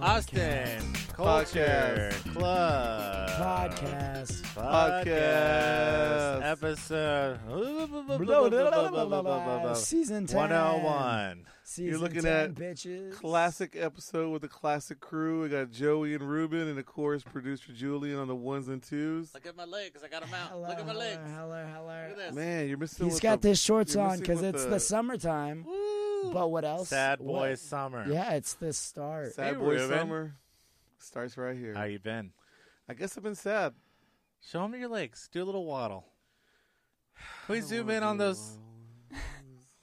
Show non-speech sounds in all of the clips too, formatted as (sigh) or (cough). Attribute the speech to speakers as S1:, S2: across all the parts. S1: Austin. Culture.
S2: Podcast. Club.
S3: Podcast.
S2: Podcast.
S1: Podcast.
S2: Episode.
S3: Season 10.
S2: 101.
S3: Season
S2: You're looking
S3: 10,
S2: at
S3: bitches.
S2: Classic episode with a classic crew. We got Joey and Ruben, and of course, producer Julian on the ones and twos.
S1: Look at my legs. I got them out.
S3: Hello,
S1: Look at my
S3: hello,
S1: legs.
S3: Hello, hello.
S1: Look at this.
S2: Man, you're missing.
S3: He's
S2: with
S3: got
S2: the,
S3: his shorts
S2: you're
S3: on
S2: missing
S3: because
S2: with
S3: it's
S2: the-
S3: the, summertime. But what else?
S4: Sad
S3: What-
S4: boy summer.
S3: Yeah, it's the start.
S4: Hey,
S2: sad boy
S4: Ruben.
S2: summer. Starts right here.
S4: How you been?
S2: I guess I've been sad.
S4: Show him your legs. Do a little waddle. Can we
S2: I don't
S4: zoom
S2: wanna
S4: in on
S2: do
S4: those?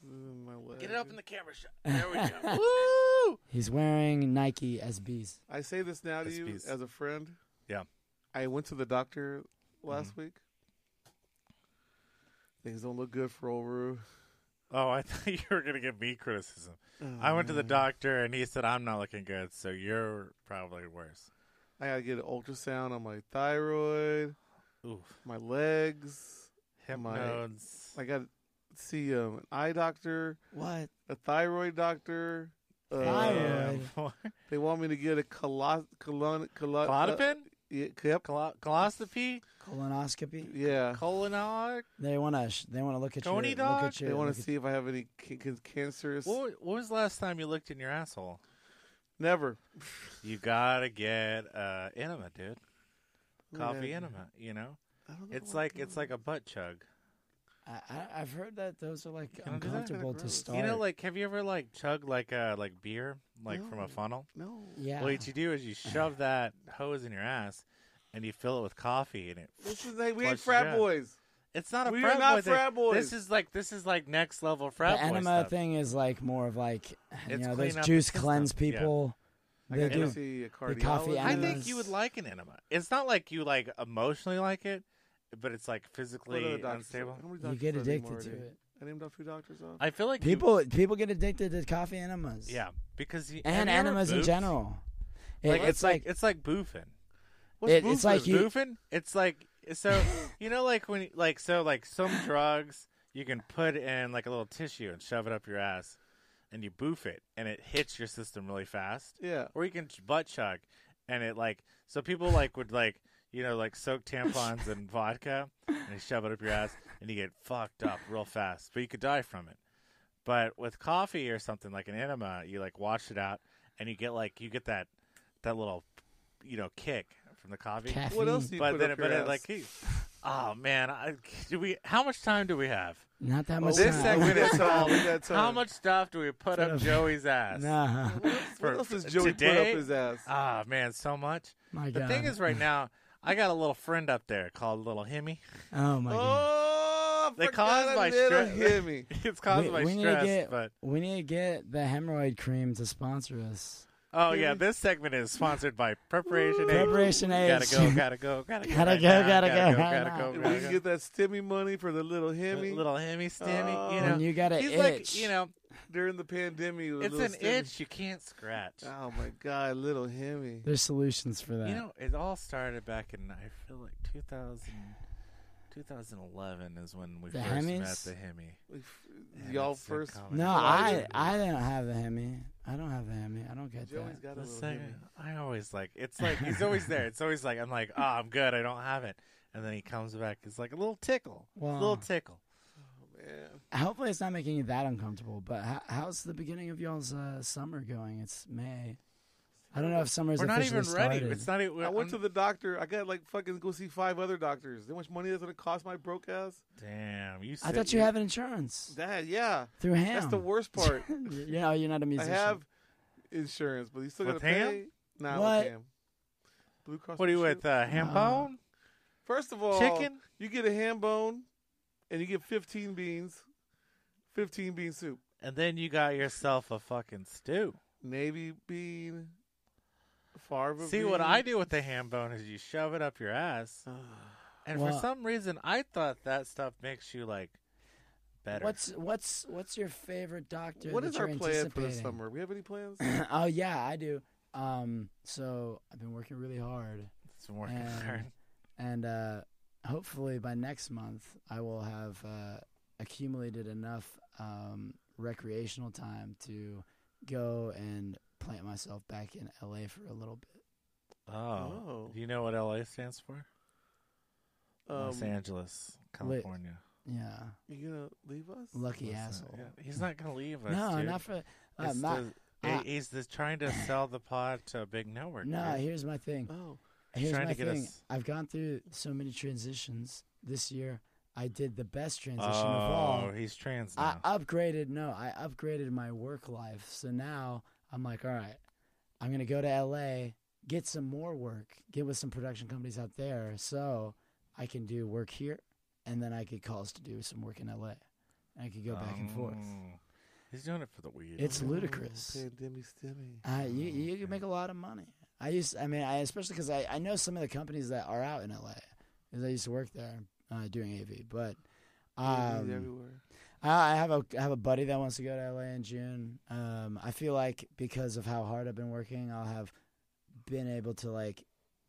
S2: my leg.
S1: Get it up in the camera shot. There we go.
S4: (laughs) Woo!
S3: He's wearing Nike SBs.
S2: I say this now to
S4: This
S2: you
S4: piece.
S2: as a friend.
S4: Yeah. Mm-hmm.
S2: I went to the doctor last week. Things don't look good for old Roo.
S4: Oh, I (laughs) thought you were gonna give me criticism. I went
S2: Mm.
S4: to the doctor and he said I'm not looking good, so you're probably worse.
S2: I gotta get an ultrasound on my thyroid,
S4: Oof.
S2: my legs.
S4: Hip
S2: My-
S4: nodes.
S2: I gotta see um, an eye doctor,
S3: What?
S2: a thyroid doctor. Uh, (laughs)
S3: Thyroid.
S4: what?
S2: They want me to get a colo- colon colo- Uh,
S4: Clonopin?
S2: yeah, yep.
S4: Colo- Coloscopy?
S3: Colonoscopy.
S2: yeah.
S4: Colonog?
S3: They want to. Sh- they want to look at
S4: Tony
S3: your.
S4: dog?
S3: Look at your,
S2: They want
S3: look
S2: to
S3: at-
S2: see if I have any ca- ca- cancerous.
S4: What, wa- what was the last time you looked in your asshole?
S2: Never.
S4: You gotta get uh, enema, dude. Coffee
S2: Yeah.
S4: enema. You know,
S2: I don't know
S4: it's
S2: why.
S4: like it's like a butt chug.
S3: I, I, I've heard that those are like
S4: know, they're not
S3: uncomfortable to
S2: gross.
S3: start.
S4: You know, like have you ever like chugged like uh like beer like from
S2: No.
S4: a funnel?
S2: no.
S3: yeah.
S4: Well, what you
S3: (laughs)
S4: do is you shove that hose in your ass and you fill it with coffee, and it
S2: This is like we ain't
S4: Flush it
S2: frat
S4: out.
S2: boys.
S4: it's not a
S2: We are
S4: frat
S2: not
S4: boy thing.
S2: frat boys.
S4: This is like this is like next level frat
S3: the
S4: boy
S3: enema
S4: stuff.
S3: thing is like more of like you
S4: It's
S3: know
S4: clean
S3: those
S4: up the
S3: juice
S4: system.
S3: cleanse
S4: Yeah.
S3: people.
S2: I
S3: They
S2: gotta go
S3: do.
S2: see a
S3: The
S2: cardiologist.
S3: coffee
S4: I
S3: enemas.
S4: think you would like an enema. It's not like you like emotionally like it, but it's like
S2: Go to the
S4: physically
S2: doctor's
S4: unstable.
S2: office. How many
S3: You
S2: doctors
S3: get
S2: do I name
S3: addicted to
S2: already?
S3: it.
S2: I named off few doctors off.
S4: I feel like you-
S3: People people get addicted to coffee enemas.
S4: yeah, because you, have
S3: and
S4: you ever
S3: enemas in
S4: boofed?
S3: general. It-
S4: Like it's like it's like boofing.
S2: What's
S3: it- it's
S2: Buford?
S3: like you-
S4: boofing. It's like so you know like when like so like some drugs you can put in like a little tissue and shove it up your ass and you boof it and it hits your system really fast.
S2: Yeah.
S4: Or you can ch- butt chug and it like so people like would like you know like soak tampons in vodka and you shove it up your ass and you get fucked up real fast. But you could die from it. But with coffee or something like an enema, you like wash it out and you get like you get that that little you know kick from the coffee
S3: caffeine.
S2: What else do you
S4: but
S2: put
S4: then,
S2: up
S4: but
S2: your
S4: it,
S2: ass?
S4: like, he- oh man, I, do we? How much time do we have?
S3: Not that
S2: Oh,
S3: much.
S2: (laughs) we
S4: This
S2: got
S3: (laughs) time.
S4: segment is
S2: time,
S4: all.
S2: we got
S4: How
S2: time.
S4: much stuff do we put
S3: Put
S4: up
S3: up-
S4: Joey's ass?
S3: Nah,
S2: (laughs) What
S4: For-
S2: else does
S4: for
S2: Joey put
S4: today?
S2: up his ass?
S4: Ah man, so much.
S3: my
S4: The
S3: god.
S4: thing is, right now, I got a little friend up there called Little Himmy.
S3: (laughs) oh my god.
S2: oh, I
S4: They
S2: forgot
S4: caused
S2: I
S4: my
S2: little
S4: stress. (laughs)
S2: Hemi.
S4: (laughs) It's caused
S3: we,
S4: my
S3: we need
S4: stress,
S3: to get
S4: but
S3: we need to get the hemorrhoid cream to sponsor us.
S4: oh yeah, this segment is sponsored by Preparation Aid.
S3: Preparation A.
S4: Gotta go, gotta go, gotta go,
S3: Gotta
S4: right
S3: go,
S4: now,
S3: gotta go,
S4: gotta
S3: right now.
S4: go,
S2: If
S4: gotta
S2: we
S4: go,
S2: can
S4: gotta
S2: get that stimmy money for the little
S4: go.
S2: Hemi
S4: Little Himmy, Stimmy, you
S2: Oh.
S4: know,
S3: and you got an
S4: he's
S3: itch.
S4: like, you know,
S2: during the pandemic. with
S4: it's
S2: little
S4: an
S2: Stimmy.
S4: itch you can't scratch.
S2: Oh my God, little Hemi.
S3: There's solutions for that.
S4: You know, it all started back in I feel like 2000, 2011 is when we
S3: The
S4: first met
S3: Hemis?
S4: the Hemi. Yeah,
S2: Y'all
S4: that's so
S2: first.
S4: common.
S3: no,
S2: Oh,
S3: I
S2: yeah.
S3: I don't have the hemi. I don't have the hemi. I don't get
S2: Joey's
S3: that.
S2: got
S4: The
S2: a little
S4: second,
S2: Hemi.
S4: I always like it's like he's always there. It's always like I'm like oh I'm good I don't have it, and then he comes back. It's like a little tickle, a
S3: Wow.
S4: little tickle.
S2: oh, Man.
S3: Hopefully, it's not making you that uncomfortable. But how, how's the beginning of y'all's uh, summer going? It's May. I don't know if summer's
S4: We're not
S3: officially
S4: even ready.
S3: started.
S4: It's not e-, even.
S2: I went to the doctor. I got like fucking go see five other doctors. How much money that's gonna cost my broke ass?
S4: Damn, you.
S3: I thought
S4: sit-
S3: you had insurance
S2: That yeah.
S3: through ham.
S2: That's the worst part.
S3: (laughs) you know, you're not a
S2: I
S3: musician.
S2: have insurance, but you still
S4: With
S2: gotta pay.
S4: Ham?
S2: Nah,
S3: What?
S2: with ham. Blue Cross.
S4: What are you
S2: Blue
S4: with?
S2: Shield.
S4: Uh, ham
S3: No.
S4: bone,
S2: First of all,
S4: chicken.
S2: You get a ham bone, and you get fifteen beans, fifteen bean soup,
S4: And then you got yourself a fucking stew.
S2: navy bean, farva.
S4: See what I do with the ham bone is you shove it up your ass,
S2: Ah,
S3: (sighs)
S4: And for
S3: Well-
S4: some reason, I thought that stuff makes you like better.
S3: What's what's what's your favorite doctor?
S2: what
S3: that
S2: is our
S3: you're
S2: plan for the
S3: anticipating?
S2: summer? We have any plans?
S3: (laughs) oh yeah, I do. Um, so I've been working really hard,
S4: It's more concerned.
S3: and and uh, hopefully by next month I will have uh, accumulated enough um, recreational time to go and plant myself back in LA for a little bit.
S4: (coughs) Oh.
S2: Oh.
S4: Do you know what LA stands for? Los
S2: Um,
S4: Angeles, California.
S3: Yeah,
S2: you gonna leave us?
S3: lucky
S4: Listen,
S3: asshole.
S4: yeah, He's not gonna leave us.
S3: no,
S4: dude.
S3: not for. Uh,
S4: It's
S3: my,
S4: the-
S3: I-
S4: he- he's just trying to sell the pod to a big network.
S3: no,
S4: dude.
S3: here's my thing.
S2: Oh,
S3: Here's
S4: trying
S3: my
S4: to get
S3: thing.
S4: us-
S3: I've gone through so many transitions this year. I did the best transition of all.
S4: oh, he's trans
S3: I
S4: now.
S3: upgraded. No, I upgraded my work life. So now I'm like, all right, I'm gonna go to LA, get some more work, get with some production companies out there, so I can do work here, and then I get calls to do some work in LA. I could go back and forth.
S4: Oh. He's doing it for the weed.
S3: It's
S2: oh,
S3: ludicrous.
S2: Pandemic stimmy.
S3: Uh, you you can make a lot of money. I used, I mean, I especially because I, I know some of the companies that are out in LA, because I used to work there uh, doing AV. But
S2: Pandemics
S3: um,
S2: everywhere.
S3: I I have a I have a buddy that wants to go to LA in June. Um, I feel like because of how hard I've been working, I'll have been able to like,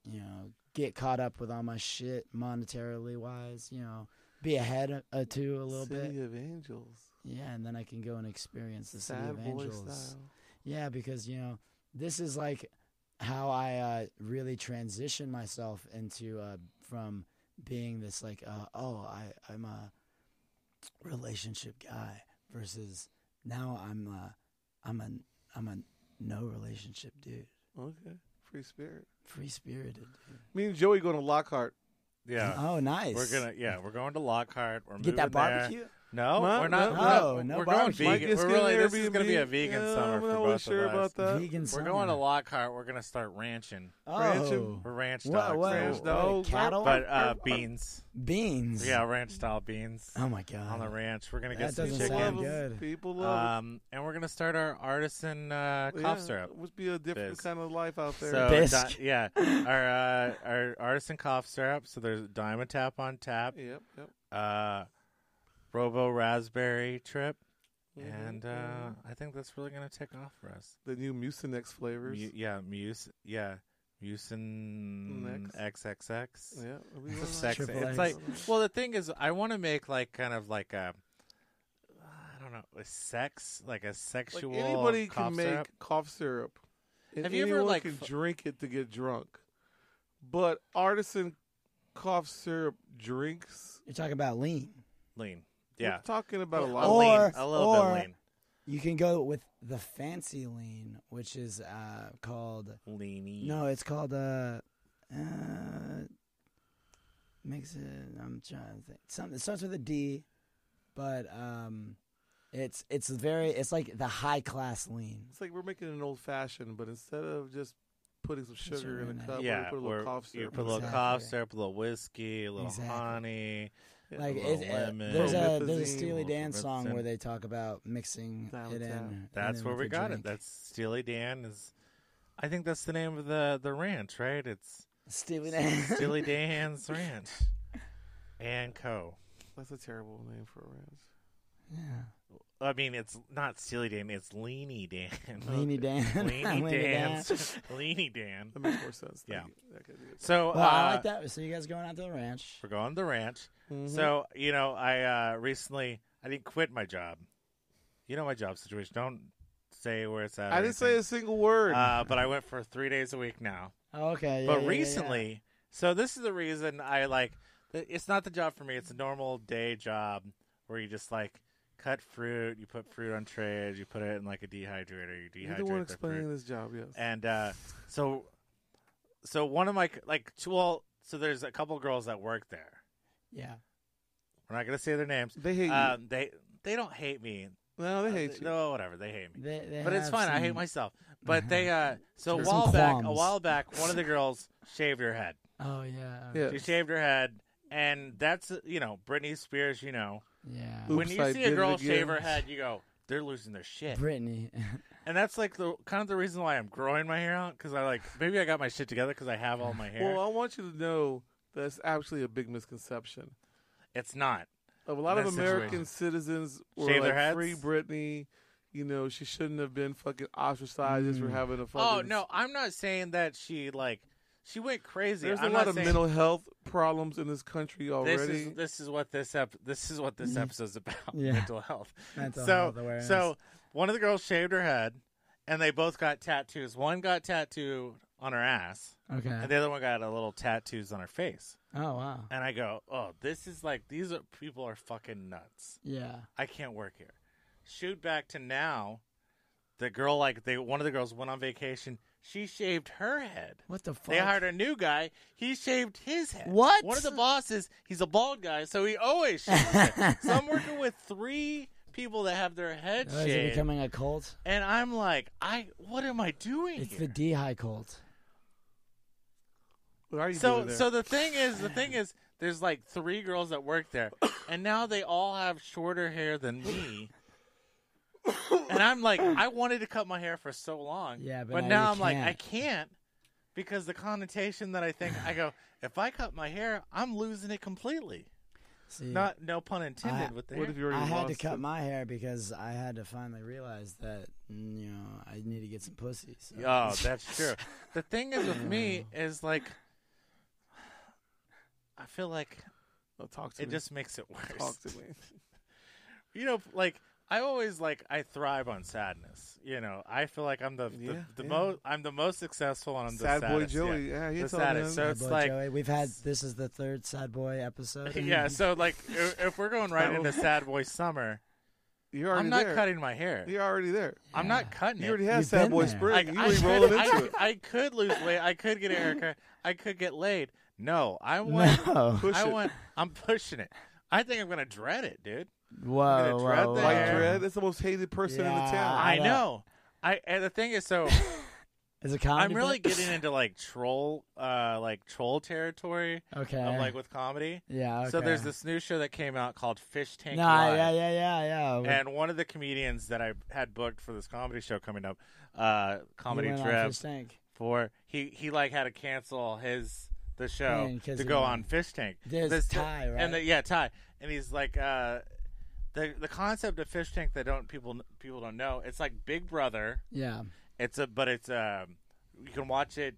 S3: you know, get caught up with all my shit monetarily wise. You know, be ahead a, a two a little
S2: City
S3: bit.
S2: of Angels.
S3: Yeah, and then I can go and experience the city
S2: Sad
S3: of
S2: boy
S3: angels.
S2: style.
S3: Yeah, because you know, this is like how I uh, really transition myself into uh, from being this like, uh, oh, I I'm a relationship guy versus now I'm a, I'm a I'm a no relationship dude,
S2: Okay, free spirit.
S3: free spirited.
S2: Me and Joey going to Lockhart.
S4: yeah.
S3: Oh, nice.
S4: We're gonna yeah, we're going to Lockhart. We're
S3: get that
S4: moving there.
S3: barbecue.
S4: No,
S2: Ma-
S4: we're not.
S2: no,
S4: we're
S3: no,
S4: not-
S3: no
S4: we're
S3: barbecue.
S4: going
S2: Might
S4: vegan.
S2: just
S4: We're
S2: get an
S4: really, this is gonna be a
S2: Airbnb.
S4: vegan
S2: Yeah,
S4: summer
S2: I'm
S4: for
S2: not
S4: both
S2: sure
S4: of us.
S2: about that.
S3: Vegan
S4: We're
S3: summer.
S4: going to Lockhart. We're gonna start ranching.
S3: oh.
S4: We're ranch
S3: What,
S4: dogs,
S3: what,
S4: ranch
S2: ranch
S3: what,
S2: dogs.
S3: cattle,
S4: but uh, beans.
S3: beans.
S4: Yeah, ranch style beans
S3: Oh my god.
S4: on the ranch. We're gonna get
S3: That
S4: some
S3: doesn't sound
S4: chickens.
S3: good.
S2: People love
S4: Um, and we're gonna start our artisan uh,
S2: it.
S4: cough
S2: Yeah,
S4: syrup.
S2: it Would be a different
S4: Biz.
S2: kind of life out there.
S4: So
S3: Bisque.
S4: di-
S2: (laughs)
S4: yeah, our uh, our artisan cough syrup. So there's Diamond Tap on tap,
S2: yep, yep.
S4: uh, Robo Raspberry Trip,
S2: Mhm,
S4: and uh,
S2: mhm.
S4: I think that's really gonna take off for us.
S2: the new Mucinex flavors.
S4: Mu- yeah, Muse. Yeah, Mucin XXX.
S2: yeah, we
S4: It's
S2: love
S4: a sex.
S3: Triple
S4: It's
S3: X.
S4: like well, the thing is, I want to make like kind of like a. I don't know, a sex like a
S2: Like
S4: sexual.
S2: anybody
S4: cough
S2: can make
S4: syrup.
S2: cough syrup. And
S4: Have you ever,
S2: anyone
S4: like,
S2: can
S4: fu-
S2: drink it to get drunk? But artisan cough syrup drinks.
S3: You're talking about lean.
S4: lean.
S2: we're
S4: Yeah,
S2: talking about a
S4: A
S2: lot.
S3: Or-
S4: lean,
S2: of
S4: a little
S3: or-
S4: bit lean.
S3: You can go with the fancy lean, which is uh, called
S4: Leany.
S3: no, it's called uh, uh, makes it. I'm trying to think. Something it starts with a D, but um, it's it's very it's like the high class lean.
S2: It's like we're making an old fashioned, but instead of just putting some
S3: Sugar
S2: sugar in
S3: in
S2: a
S3: it.
S2: cup,
S4: yeah,
S2: we put a little
S4: or
S2: cough
S4: You
S2: syrup.
S4: put a little
S2: in it.
S3: Exactly.
S4: cough syrup, a little whiskey, a little
S3: Exactly.
S4: honey.
S2: Yeah.
S3: Like
S4: little
S3: it, it,
S4: lemon.
S3: there's a
S2: Promethazine,
S3: there's a Steely
S4: little
S3: Dan song
S4: Promethazine.
S3: where they talk about mixing
S2: Dial
S3: it
S2: it
S3: in.
S2: down.
S3: and
S4: That's
S3: then
S4: where
S3: with
S4: we
S3: the
S4: got
S3: drink.
S4: it. That's Steely Dan is. I think that's the name of the the ranch,
S3: (laughs)
S4: right? It's (laughs)
S3: Steely Dan.
S4: Steely Dan's Ranch and Co.
S2: That's a terrible name for
S4: (laughs)
S2: a ranch.
S3: yeah.
S4: I mean, it's not Steely Dan. It's Leany Dan.
S3: (laughs) (laughs) Leany Dan.
S4: (laughs) Leany Dan.
S3: Dan. (laughs)
S4: Leany Dan.
S2: That makes more sense.
S4: Yeah.
S2: Thank you. That could be it.
S4: So
S3: Well,
S4: uh,
S3: I like that. Mm-hmm. So you guys going out to the ranch?
S4: we're going to the ranch.
S2: Mhm.
S4: So you know, I uh, recently I didn't quit my job. You know my job situation. Don't say where it's at. or
S2: I didn't say
S4: anything.
S2: a single word.
S4: Uh, but I went for three days a week now.
S3: Oh, okay. yeah,
S4: but
S3: yeah, yeah, yeah.
S4: recently, so this is the reason I like. It's not the job for me. It's a normal day job where you just like cut fruit. You put fruit on trays. You put it in like a dehydrator. You
S2: you don't
S4: dehydrate
S2: want to
S4: the
S2: explain
S4: fruit.
S2: this job, yes.
S4: And uh, so, so one of my like two- well, so there's a couple girls that work there.
S3: yeah.
S4: We're not gonna say their names.
S2: They hate
S4: Um, they they don't hate me. Uh,
S2: you. No, they hate you.
S4: No, whatever. They hate me.
S3: They, they
S4: but it's
S3: have
S4: fine. I hate
S3: some-
S4: myself. But
S2: (laughs)
S4: they uh so a
S3: There's some
S4: while back, a
S3: qualms.
S4: while back, one of the girls shaved her head.
S3: Oh yeah.
S2: Yeah.
S4: She shaved her head, and that's you know Britney Spears. You know
S3: Yeah.
S2: Oops,
S4: when you
S2: I
S4: see
S2: did
S4: a
S2: it
S4: girl shave
S2: again.
S4: her
S2: (laughs)
S4: head, you go, they're losing their shit.
S3: Brittany. (laughs)
S4: And that's like the kind of the reason why I'm growing my hair out because I like maybe I got my shit together because I have all my hair.
S2: Well, I want you to know that's actually a big misconception.
S4: it's not.
S2: Of a lot of
S4: That's
S2: American citizens were
S4: Shave their
S2: like,
S4: heads?
S2: "Free Britney," you know, she shouldn't have been fucking ostracized just for
S3: Mm.
S2: having a fucking.
S4: Oh no, I'm not saying that she like she went crazy.
S2: There's
S4: I'm
S2: a lot
S4: not
S2: of
S4: saying-
S2: mental health problems in this country already.
S4: This is this is what this ep- this is what
S2: (laughs)
S4: this
S3: Mhm.
S4: episode's about.
S3: Yeah.
S4: Mental health.
S3: Mental
S4: so
S3: health awareness.
S4: so one of the girls shaved her head, and they both got tattoos. One got tattooed on her ass,
S3: Okay.
S4: and the other one got a little tattoos on her face.
S3: Oh wow.
S4: And I go, "Oh, this is like these are, people are fucking nuts.
S3: Yeah.
S4: I can't work here." Shoot back to now, the girl like they one of the girls went on vacation. She shaved her head.
S3: What the fuck?
S4: They
S3: (laughs)
S4: hired a new guy. He shaved his head.
S3: What?
S4: One of the bosses, he's a bald guy, so he always shaves
S3: (laughs)
S4: his head. So I'm working with three people that have their head
S3: Oh, is it
S4: shaved,
S3: becoming a cult?
S4: and I'm like, I what am I doing?
S3: It's the
S4: here?
S3: D high cult.
S2: What are you doing
S4: so
S2: there?
S4: so the thing is,
S3: (laughs)
S4: the thing is, there's like three girls that work there, and now they all have shorter hair than me. And I'm like, I wanted to cut my hair for so long,
S3: Yeah, but now
S4: now,
S3: you
S4: I'm like, I
S3: can't.
S4: can't because the connotation that I think I go, if I cut my hair, I'm losing it completely.
S3: See,
S4: Not no pun intended with the
S2: what
S4: hair.
S2: if you already
S3: I had to
S2: lost
S3: cut
S2: it?
S3: my hair because I had to finally realize that mm, you know I need to get some pussy. so- (laughs)
S4: Oh, that's true. (laughs) The thing is with me is like, I feel like
S2: Oh, talk to
S4: it
S2: me.
S4: just makes it worse.
S2: talk to me. (laughs)
S4: you know, like I always like I thrive on sadness. You know, I feel like I'm the
S2: Yeah,
S4: the, the
S2: yeah.
S4: most I'm the most successful and I'm the
S2: Sad boy
S4: saddest, yeah.
S2: Joey. Yeah,
S4: The
S2: he's
S4: saddest. So
S3: Sad
S4: it's
S3: boy
S4: like
S3: Joey. we've had this is the third sad boy episode.
S4: (laughs)
S3: Mm.
S4: yeah. So
S2: (laughs)
S4: like if, if we're going right into sad boy summer,
S2: You're already
S4: I'm not
S2: there.
S4: cutting my hair.
S2: You're already there.
S4: I'm not cutting
S2: You
S4: it.
S2: already have
S3: You've
S2: sad
S3: been
S2: boy
S3: there.
S2: spring. You
S4: I,
S2: already
S4: could,
S2: rolled into
S4: I,
S2: it.
S4: I could lose weight. I could get a haircut. I could get laid. No, I
S3: (laughs)
S4: want.
S3: No.
S2: (laughs) Push
S4: I
S2: it.
S4: want. I'm pushing it. I think I'm gonna dread it, dude.
S3: Whoa,
S4: dread
S3: whoa,
S4: the
S3: whoa.
S2: Like
S4: hair.
S2: Dread, that's the most hated person in the town.
S3: Yeah.
S4: I
S3: know.
S4: know. I and the thing is, so
S3: Is it comedy?
S4: I'm really
S3: bit? (laughs)
S4: getting into like troll, uh, like troll territory.
S3: Okay.
S4: of like with comedy.
S3: yeah. Okay.
S4: So there's this new show that came out called Fish Tank
S3: Nah,
S4: Live.
S3: yeah, yeah, yeah, yeah.
S4: And one of the comedians that I had booked for this comedy show coming up, uh, comedy
S3: went on
S4: trip
S3: Fish Tank.
S4: for he he like had to cancel his the show
S3: Thing, 'cause
S4: to
S3: he
S4: go
S3: won.
S4: on Fish Tank.
S3: There's
S4: This-
S3: Ty, right?
S4: And the, yeah, Ty. And he's like uh, the the concept of Fish Tank that don't people people don't know. It's like Big Brother.
S3: Yeah.
S4: It's a but it's um you can watch it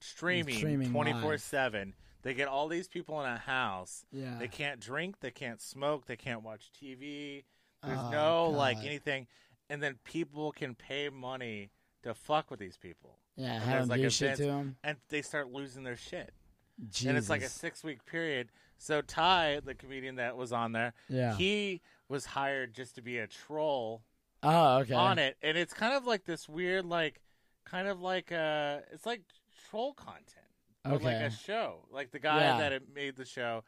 S4: streaming
S3: Streaming
S4: twenty four seven. They get all these people in a house.
S3: Yeah.
S4: They can't drink, they can't smoke, they can't watch TV. There's
S3: Oh,
S4: no like
S3: God.
S4: anything, and then people can pay money to fuck with these people,
S3: Yeah.
S4: there's,
S3: Having
S4: like,
S3: do shit
S4: events-
S3: to him.
S4: and they start losing their shit.
S3: Jesus.
S4: And it's like a six week period. So Ty, the comedian that was on there,
S3: Yeah.
S4: he was hired just to be a troll
S3: oh, okay.
S4: on it, and it's kind of like this weird, like, kind of like uh, it's like troll content, but
S3: Okay.
S4: like a show. Like the guy
S3: Yeah.
S4: that it made the show,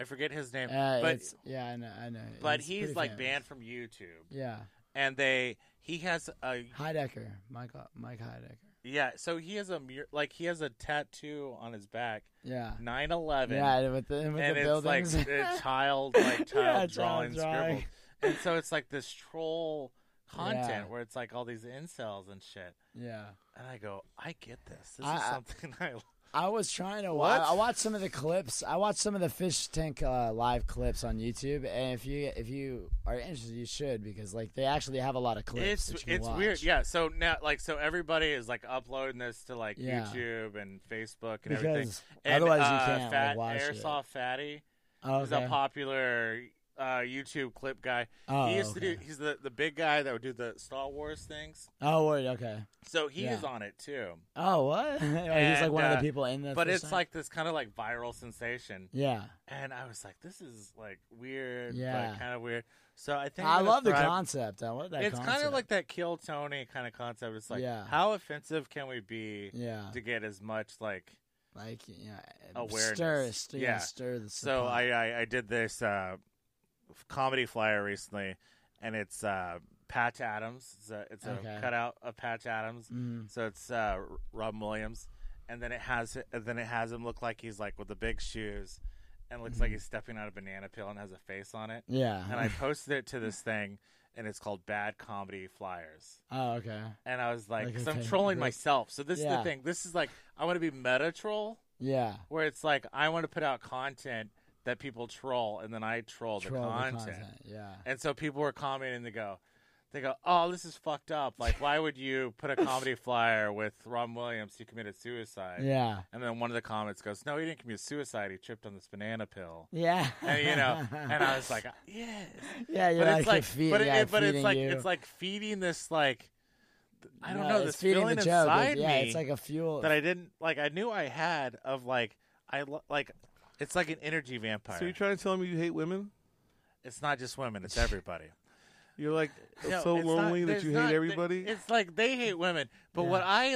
S4: I forget his name,
S3: Uh,
S4: but
S3: it's, yeah, I know, I know.
S4: but
S3: It's
S4: he's
S3: pretty
S4: like
S3: famous.
S4: banned from YouTube,
S3: Yeah,
S4: and they he has a
S3: Heidecker, Mike, Mike Heidecker.
S4: yeah, so he has a mur- like he has a tattoo on his back,
S3: Yeah,
S4: nine eleven,
S3: yeah, and with the with
S4: and
S3: the
S4: it's
S3: buildings. (laughs)
S4: like a child like child
S3: Yeah, child
S4: drawing scribbled,
S3: drawing.
S4: and so it's like this troll content
S3: Yeah.
S4: where it's like all these incels and shit.
S3: yeah,
S4: And I go, I get this. This
S3: I-
S4: is
S3: I-
S4: something (laughs) I love.
S3: I was trying to.
S2: What?
S3: What? I, watched some of the clips. I watched some of the fish tank uh, live clips on YouTube, and if you if you are interested, you should because like they actually have a lot of clips.
S4: It's
S3: that you
S4: it's
S3: watch.
S4: weird. Yeah. So now, like, so everybody is like uploading this to like
S3: Yeah.
S4: YouTube and Facebook and everything.
S3: because
S4: And,
S3: otherwise
S4: uh,
S3: you can't like,
S4: Fat
S3: watch
S4: Airsoft Fatty
S3: it. Okay.
S4: is a popular uh, YouTube clip guy.
S3: Oh,
S4: he used to do.
S3: okay.
S4: He's the the big guy that would do the Star Wars things.
S3: Oh, wait, okay.
S4: So he's
S3: Yeah.
S4: on it too.
S3: Oh, what? (laughs) he's
S4: And,
S3: like one of
S4: uh,
S3: the people in the.
S4: but
S3: fish
S4: it's
S3: tank?
S4: like this kind of like viral sensation.
S3: yeah,
S4: And I was like, this is like weird,
S3: Yeah.
S4: but kind of weird. So I think
S3: I
S4: I'm gonna
S3: love the
S4: thrive-
S3: concept. I love that.
S4: it's
S3: kind
S4: of like that kill Tony kind of concept. It's like,
S3: Yeah.
S4: how offensive can we be
S3: yeah.
S4: to get as much like?
S3: like you know,
S4: Awareness.
S3: Stir, stir, yeah,
S4: Yeah.
S3: stir the.
S4: So
S3: pot.
S4: I, I I did this uh, comedy flyer recently, and it's uh, Patch Adams. It's a, it's
S3: Okay.
S4: a cutout of Patch Adams.
S3: Mhm.
S4: So it's uh, R- Robin Williams, and then it has and then it has him look like he's like with the big shoes, and looks
S3: Mm-hmm.
S4: like he's stepping on a banana peel and has a face on it.
S3: yeah, (laughs)
S4: And I posted it to this thing, and it's called Bad Comedy Flyers.
S3: oh okay,
S4: and I was like,
S3: Like,
S4: 'cause I'm
S3: okay,
S4: trolling
S3: like-
S4: myself. So this is
S3: Yeah.
S4: the thing. This is like, I want to be meta troll,
S3: yeah,
S4: where it's like, I want to put out content that people troll, and then I troll,
S3: troll
S4: the,
S3: the
S4: content.
S3: yeah,
S4: And so people were commenting, they go, they go, oh, this is fucked up. Like, why would you put a comedy flyer with Ron Williams? He committed suicide.
S3: yeah,
S4: And then one of the comments goes, no, he didn't commit suicide. He tripped on this banana pill.
S3: yeah,
S4: And
S3: (laughs)
S4: you know, and I was like, yes
S3: yeah, you're
S4: but
S3: like,
S4: it's like,
S3: feed,
S4: but, it-
S3: yeah,
S4: but it's
S3: feeding
S4: like,
S3: you.
S4: it's like feeding this like, I don't
S3: No,
S4: know
S3: it's
S4: this
S3: feeding
S4: feeling
S3: the joke. It's-
S4: inside
S3: yeah,
S4: me
S3: it's like a fuel.
S4: that I didn't like. I knew I had of like I lo- like it's like an energy vampire.
S2: So you're trying to tell me you hate women?
S4: it's not just women; it's
S2: (laughs)
S4: everybody.
S2: You're like
S4: No,
S2: so
S4: it's not-
S2: lonely that
S4: there's
S2: you
S4: not-
S2: hate everybody.
S4: It's like they hate women, but
S3: Yeah.
S4: what I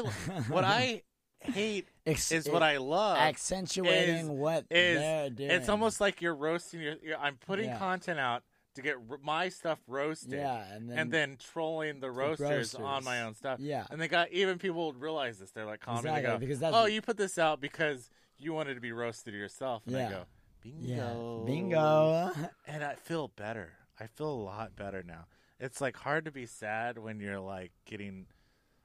S3: (laughs)
S4: what I hate
S3: Ex-
S4: is what
S3: it-
S4: I love.
S3: accentuating
S4: is-
S3: what
S4: is-
S3: they're doing.
S4: It's almost like you're roasting your. your I'm putting
S3: Yeah.
S4: content out to get r- my stuff roasted,
S3: yeah, and then,
S4: and then trolling the roasters, on
S3: roasters.
S4: my own stuff.
S3: yeah,
S4: And they got even people would realize this. They're like commenting,
S3: exactly
S4: they go,
S3: because that's
S4: "Oh, you put this out because you wanted to be roasted yourself," and
S3: Yeah.
S4: I go,
S3: yeah,
S4: "Bingo,
S3: bingo. (laughs)
S4: And I feel better. I feel a lot better now. It's like hard to be sad when you're like getting.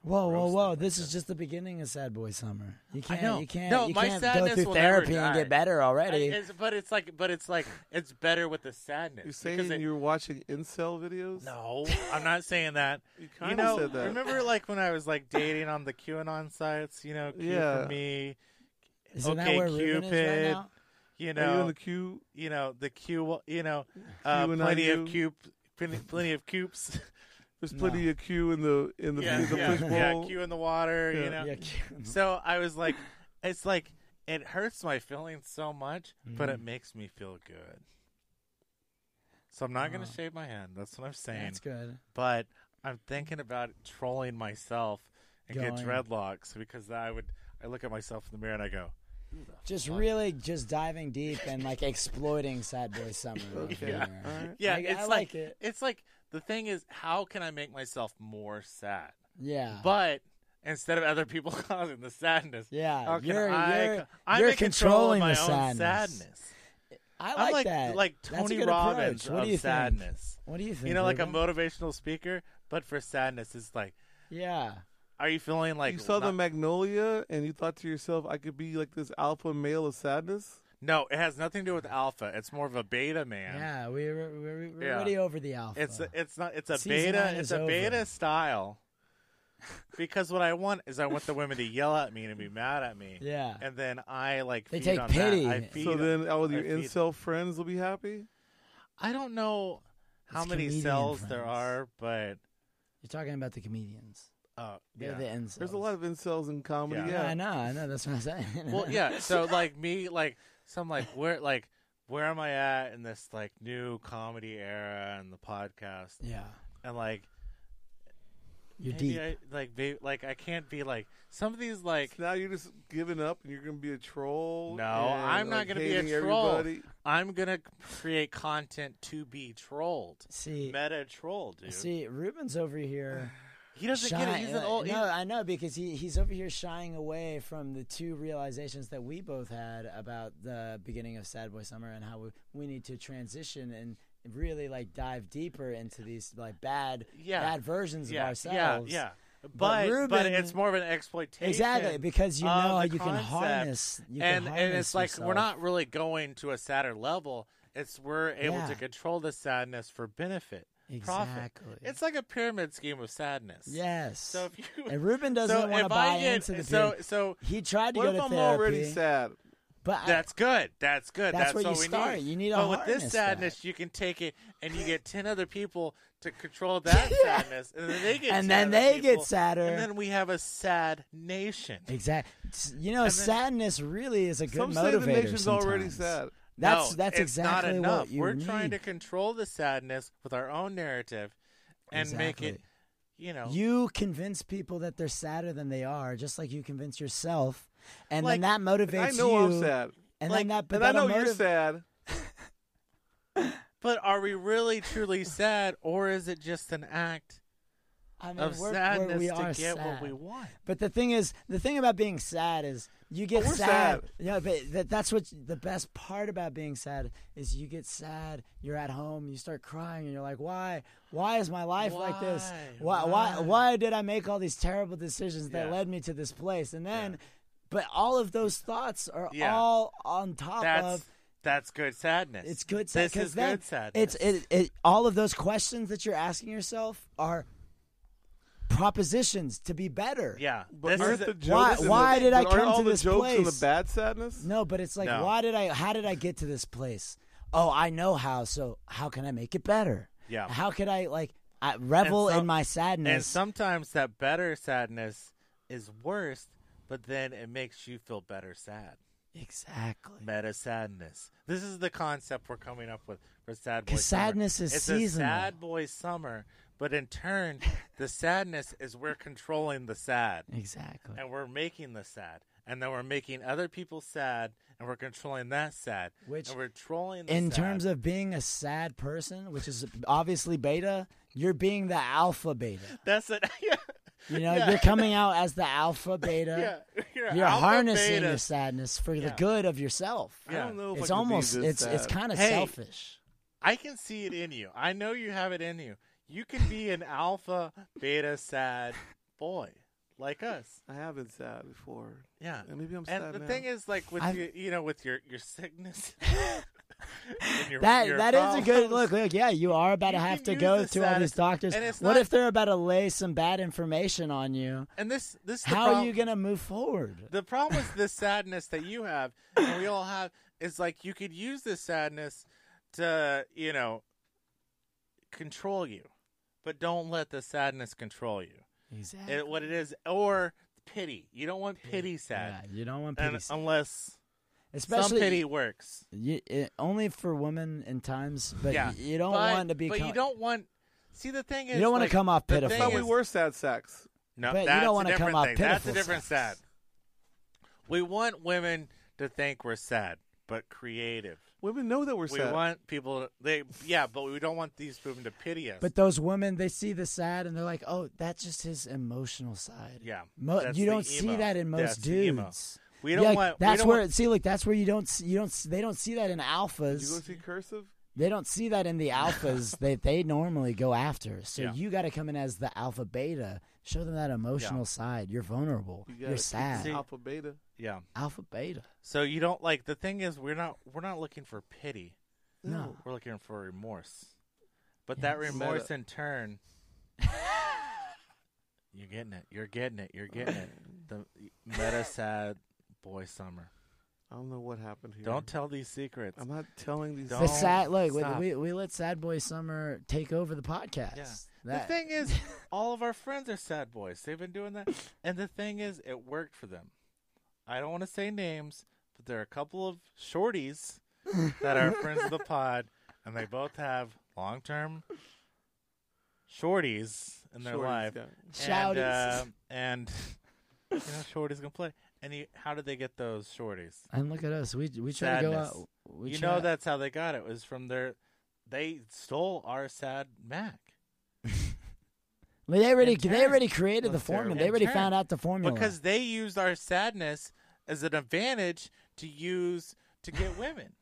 S3: Whoa, whoa,
S4: Roast
S3: whoa!
S4: them.
S3: This is just the beginning of Sad Boy Summer. You can't,
S4: know.
S3: you can't,
S4: No,
S3: you
S4: my
S3: can't go
S4: sadness
S3: through
S4: will never
S3: therapy and
S4: die.
S3: get better already.
S4: I- it's- but it's like, but it's like, it's better with the sadness.
S2: you're
S4: because it-
S2: saying you're watching incel videos?
S4: No, I'm not saying that.
S2: (laughs) you kind
S4: you
S2: of
S4: know,
S2: said that.
S4: remember like when I was like dating on the QAnon sites. You know, Q
S2: Yeah.
S4: for me.
S3: Isn't that
S4: okay,
S3: where Ruben is right
S4: Cupid.
S3: now?
S4: You
S2: Are you
S4: know,
S2: in the queue?
S4: you know the Q. You know, uh,
S2: Q and
S4: plenty of
S2: IU.
S4: coop, plenty, plenty of coops.
S2: There's
S3: No.
S2: plenty of queue in the in the,
S4: yeah,
S2: in the
S4: yeah,
S2: fishbowl.
S4: yeah, Q in the water.
S2: Yeah.
S4: You know,
S3: Yeah,
S4: (laughs)
S3: Cupid.
S4: so I was like, it's like it hurts my feelings so much, but it
S3: Mhm.
S4: makes me feel good. So I'm not gonna
S3: Wow.
S4: shave my hand. That's what I'm saying.
S3: That's good.
S4: but I'm thinking about trolling myself and get
S3: Going.
S4: dreadlocks because I would. I look at myself in the mirror and I go,
S3: Just really, just diving deep and like exploiting Sad Boy Summer. over
S2: Okay.
S3: there.
S2: All right.
S4: (laughs) yeah.
S3: I-
S4: it's
S3: I
S4: like,
S3: like it.
S4: it's like the thing is, how can I make myself more sad?
S3: Yeah,
S4: But instead of other people (laughs) causing the sadness,
S3: yeah.
S4: how can
S3: Oh, you're,
S4: I?
S3: you're,
S4: I'm
S3: you're
S4: in control
S3: controlling
S4: of my
S3: the
S4: own
S3: sadness.
S4: sadness.
S3: I
S4: I'm
S3: like,
S4: like
S3: that.
S4: like
S3: That's a
S4: Tony
S3: good
S4: Robbins
S3: approach. What
S4: of
S3: do you Think?
S4: sadness.
S3: What do you think?
S4: You know, like a
S3: Ruben?
S4: motivational speaker, but for sadness, it's like,
S3: yeah.
S4: are you feeling like
S2: you saw the
S4: not-
S2: magnolia and you thought to yourself, I could be like this alpha male of sadness.
S4: No, it has nothing to do with alpha. It's more of a beta man.
S3: Yeah, we were, we were, we we're
S4: Yeah.
S3: already over the alpha.
S4: It's a, it's not it's a
S3: Season
S4: beta
S3: nine
S4: it's
S3: is
S4: a
S3: over.
S4: beta style. Because what I want is I want the women to yell at me and be mad at me,
S3: (laughs) yeah.
S4: and then I like
S3: They
S4: feed
S3: take
S4: on
S3: pity.
S4: That. I feed
S2: so
S4: on-
S2: then all your
S4: I feed-
S2: incel friends will be happy.
S4: I don't know how
S3: It's
S4: many
S3: comedian
S4: cells there
S3: friends.
S4: are, but
S3: You're talking about the comedians.
S4: uh,
S3: They're
S4: yeah.
S3: the incels.
S2: There's a lot of incels in comedy.
S4: Yeah.
S2: Yeah,
S3: Yeah, I know. I know. That's what I'm saying. (laughs)
S4: well, yeah. So like me, like some like where like where am I at in this like new comedy era and the podcast
S3: yeah.
S4: and like
S3: You're
S4: maybe
S3: deep.
S4: I, like ba- like I can't be like some of these like
S2: So now you're just giving up and you're going to be a troll.
S4: No,
S2: and,
S4: I'm not
S2: like,
S4: gonna be a
S2: hating
S4: troll.
S2: everybody.
S4: I'm gonna create content to be trolled,
S3: see,
S4: meta troll, dude.
S3: see, Ruben's over here.
S4: he doesn't
S3: shy,
S4: get it. He's an
S3: uh,
S4: old.
S3: no, I know because he, he's over here shying away from the two realizations that we both had about the beginning of Sad Boy Summer and how we, we need to transition and really like dive deeper into these like bad
S4: Yeah.
S3: bad versions
S4: yeah,
S3: of ourselves.
S4: yeah, yeah. But but,
S3: Ruben-
S4: it's more of an exploitation.
S3: Exactly, because you
S4: of
S3: know
S4: the
S3: you can
S4: concept.
S3: harness you can
S4: and and
S3: harness
S4: it's like we're
S3: yourself.
S4: not really going to a sadder level. It's we're able
S3: Yeah.
S4: to control the sadness for benefit. profit.
S3: exactly.
S4: It's like a pyramid scheme of sadness.
S3: yes.
S4: So if you
S3: and Ruben doesn't
S4: so
S3: want
S4: if
S3: to buy
S4: I get,
S3: into the
S4: so
S3: pyramid.
S4: so
S3: He tried to
S2: What
S3: go
S2: if
S3: to
S2: I'm
S3: therapy,
S2: already sad?
S3: but I,
S4: That's good. That's good.
S3: That's
S4: That's,
S3: where
S4: what
S3: you
S4: we
S3: start.
S4: need.
S3: You need to
S4: But with
S3: harness
S4: this sadness, you can take it and you get ten other people to
S3: (laughs)
S4: control that
S3: Yeah.
S4: sadness, and then they get
S3: and
S4: 10
S3: then
S4: other
S3: they
S4: people,
S3: get sadder.
S4: and then we have a sad nation.
S3: Exactly. You know,
S4: And then-
S3: sadness really is a good
S2: Some say
S3: motivator.
S2: the nation's already
S3: sometimes.
S2: sad.
S3: That's
S4: No,
S3: that's
S4: it's
S3: exactly
S4: not enough.
S3: what you
S4: We're
S3: need.
S4: trying to control the sadness with our own narrative, and make it
S3: Exactly.
S4: you know
S3: You convince people that they're sadder than they are, just like you convince yourself, and
S4: Like,
S3: then that motivates
S2: And I know
S3: you.
S2: I'm sad.
S3: And
S4: Like,
S3: then that, but
S2: And I know
S3: that'll
S2: you're
S3: motiv-
S2: sad.
S4: But are we really truly
S3: (laughs)
S4: sad, or is it just an act
S3: I mean,
S4: of
S3: we're,
S4: sadness
S3: we're, we are
S4: to get
S3: sad.
S4: what we want?
S3: But the thing is, the thing about being sad is you get
S2: Oh, we're
S3: sad.
S2: sad.
S3: Yeah, but that, that's what the best part about being sad is you get sad. You're at home, you start crying, and you're like, "Why? Why is my life like this? Why?
S4: Why?
S3: Why?
S4: Why?"
S3: Why did I make all these terrible decisions that
S4: Yeah.
S3: led me to this place?" And then, but all of those thoughts are
S4: Yeah.
S3: all on top
S4: That's
S3: of.
S4: that's good sadness.
S3: It's good
S4: This
S3: sad because
S4: is
S3: then
S4: good
S3: it's
S4: sadness.
S3: it, it all of those questions that you're asking yourself are propositions to be better.
S4: Yeah,
S2: But
S4: this
S2: aren't
S4: is-
S2: the jokes
S3: Why-
S2: and the-
S3: why did I
S2: but aren't
S3: come
S2: all
S3: to
S2: the
S3: this
S2: jokes and
S3: place?
S2: the bad sadness?
S3: No, but it's like,
S4: No.
S3: why did I? How did I get to this place? Oh, I know how. So how can I make it better?
S4: Yeah.
S3: How could I like? I revel
S4: some-
S3: in my
S4: And
S3: sadness.
S4: sometimes that better sadness is worse, but then it makes you feel better sad.
S3: exactly.
S4: Meta sadness. This is the concept we're coming up with for sad boy.
S3: 'Cause
S4: Summer.
S3: sadness is
S4: it's
S3: seasonal.
S4: A sad boy summer, but
S3: (laughs)
S4: in turn, the sadness is we're controlling the sad,
S3: Exactly.
S4: and we're making the sad, and then we're making other people sad, and we're controlling that sad,
S3: Which,
S4: and we're trolling. The
S3: In
S4: sad.
S3: terms of being a sad person, which is obviously beta, you're being the alpha beta.
S4: that's it. (laughs) yeah,
S3: You know,
S4: Yeah.
S3: you're coming out as the alpha
S4: (laughs) yeah.
S3: beta.
S4: You're,
S3: You're
S4: alpha,
S3: harnessing
S4: beta.
S3: your sadness for the
S4: Yeah.
S3: good of yourself.
S2: I don't know if
S3: It's
S2: I could be
S3: almost
S2: this
S3: it's it's
S2: sad.
S3: kind of
S4: Hey.
S3: selfish.
S4: I can see it in you. I know you have it in you. You can be an alpha,
S3: (laughs)
S4: beta, sad boy like us.
S2: I have been sad before,
S4: Yeah.
S2: and maybe I'm sad
S4: And the
S2: now.
S4: thing is, like with
S3: I've-
S4: you, you know, with your
S3: (laughs)
S4: your sickness, and your,
S3: That
S4: your
S3: that is a good look.
S4: problems,
S3: Look, yeah, you are about to
S4: You
S3: have
S4: can
S3: to
S4: use
S3: go
S4: the
S3: to all these
S4: saddest-
S3: doctors.
S4: and it's
S3: What
S4: not-
S3: if they're about to lay some bad information on you?
S4: And this this is the
S3: How are
S4: problem.
S3: you gonna move forward?
S4: The problem with this sadness that you have, and we all have, is like you could use this sadness to, you know, control you, but don't let the sadness control you.
S3: Exactly.
S4: It, what it is, or pity. You don't want pity
S3: Yeah,
S4: sad,
S3: you don't want pity,
S4: and
S3: sad.
S4: unless
S3: especially
S4: some pity works.
S3: You, it, only for women in times, but
S4: Yeah.
S3: y- you don't
S4: but,
S3: want to be.
S4: But you don't want. See, the thing is,
S3: don't wanna
S4: like,
S3: come off
S4: the thing
S3: pitiful.
S2: I thought we
S4: is-
S2: were sad sacks.
S4: No,
S3: But you
S4: that's
S3: don't
S4: a
S3: wanna come
S4: different
S3: out
S4: thing. That's a
S3: pitiful
S4: different sad.
S3: sex.
S4: We want women to think we're sad, but creative.
S2: Women know that we're
S4: we
S2: sad.
S4: want people to, they yeah, but we don't want these women to pity us.
S3: But those women, they see the sad and they're like, "Oh, that's just his emotional side."
S4: Yeah,
S3: Mo-
S4: that's
S3: you
S4: the
S3: don't see
S4: emo.
S3: that in most
S4: That's the emo.
S3: dudes.
S4: we don't
S3: Yeah,
S4: want we
S3: That's
S4: don't
S3: where
S4: want,
S3: see, like that's where you don't see, you don't s- they don't see that in
S2: Did you go
S3: alphas.
S2: see cursive?
S3: They don't see that in the
S4: (laughs)
S3: alphas that they normally go after. So
S4: Yeah.
S3: you got to come in as the alpha beta, show them that emotional side. You're vulnerable.
S2: You gotta
S3: You're
S2: keep
S3: sad.
S2: this Alpha beta.
S4: yeah.
S3: alpha beta.
S4: So you don't like the thing is we're not we're not looking for pity.
S2: Ah.
S3: No.
S4: We're looking for remorse. But that
S3: Yes.
S4: remorse in
S2: (laughs)
S4: turn You're getting it. You're getting it. You're getting it. The meta sad boy summer.
S2: I don't know what happened here.
S4: Don't tell these secrets.
S2: I'm not telling these.
S4: The
S3: the
S4: Don't
S2: things.
S3: sad look we,
S4: stop.
S3: we, we let sad boy summer take over the podcast
S4: Yeah.
S3: That-
S4: The thing is,
S2: (laughs)
S4: all of our friends are sad boys. They've been doing that. And the thing is, it worked for them. I don't want to say names, but there are a couple of shorties that are friends
S2: (laughs)
S4: of the pod, and they both have long term shorties in their
S2: Shorties,
S4: life.
S2: yeah.
S4: And,
S3: Shouties.
S4: uh, and (laughs) you know, shorties can play. And you, how did they get those shorties?
S3: and look at us we we try to go
S4: Sadness.
S3: out we
S4: you
S3: try-
S4: know that's how they got it was from their. They stole our sad Mac.
S3: Well, they already
S4: in
S3: they
S4: turn.
S3: already created the
S2: That's
S3: formula
S2: terrible.
S3: they
S4: In
S3: already
S4: turn.
S3: found out the formula
S4: because they used our sadness as an advantage to use
S3: (laughs)
S4: to get women.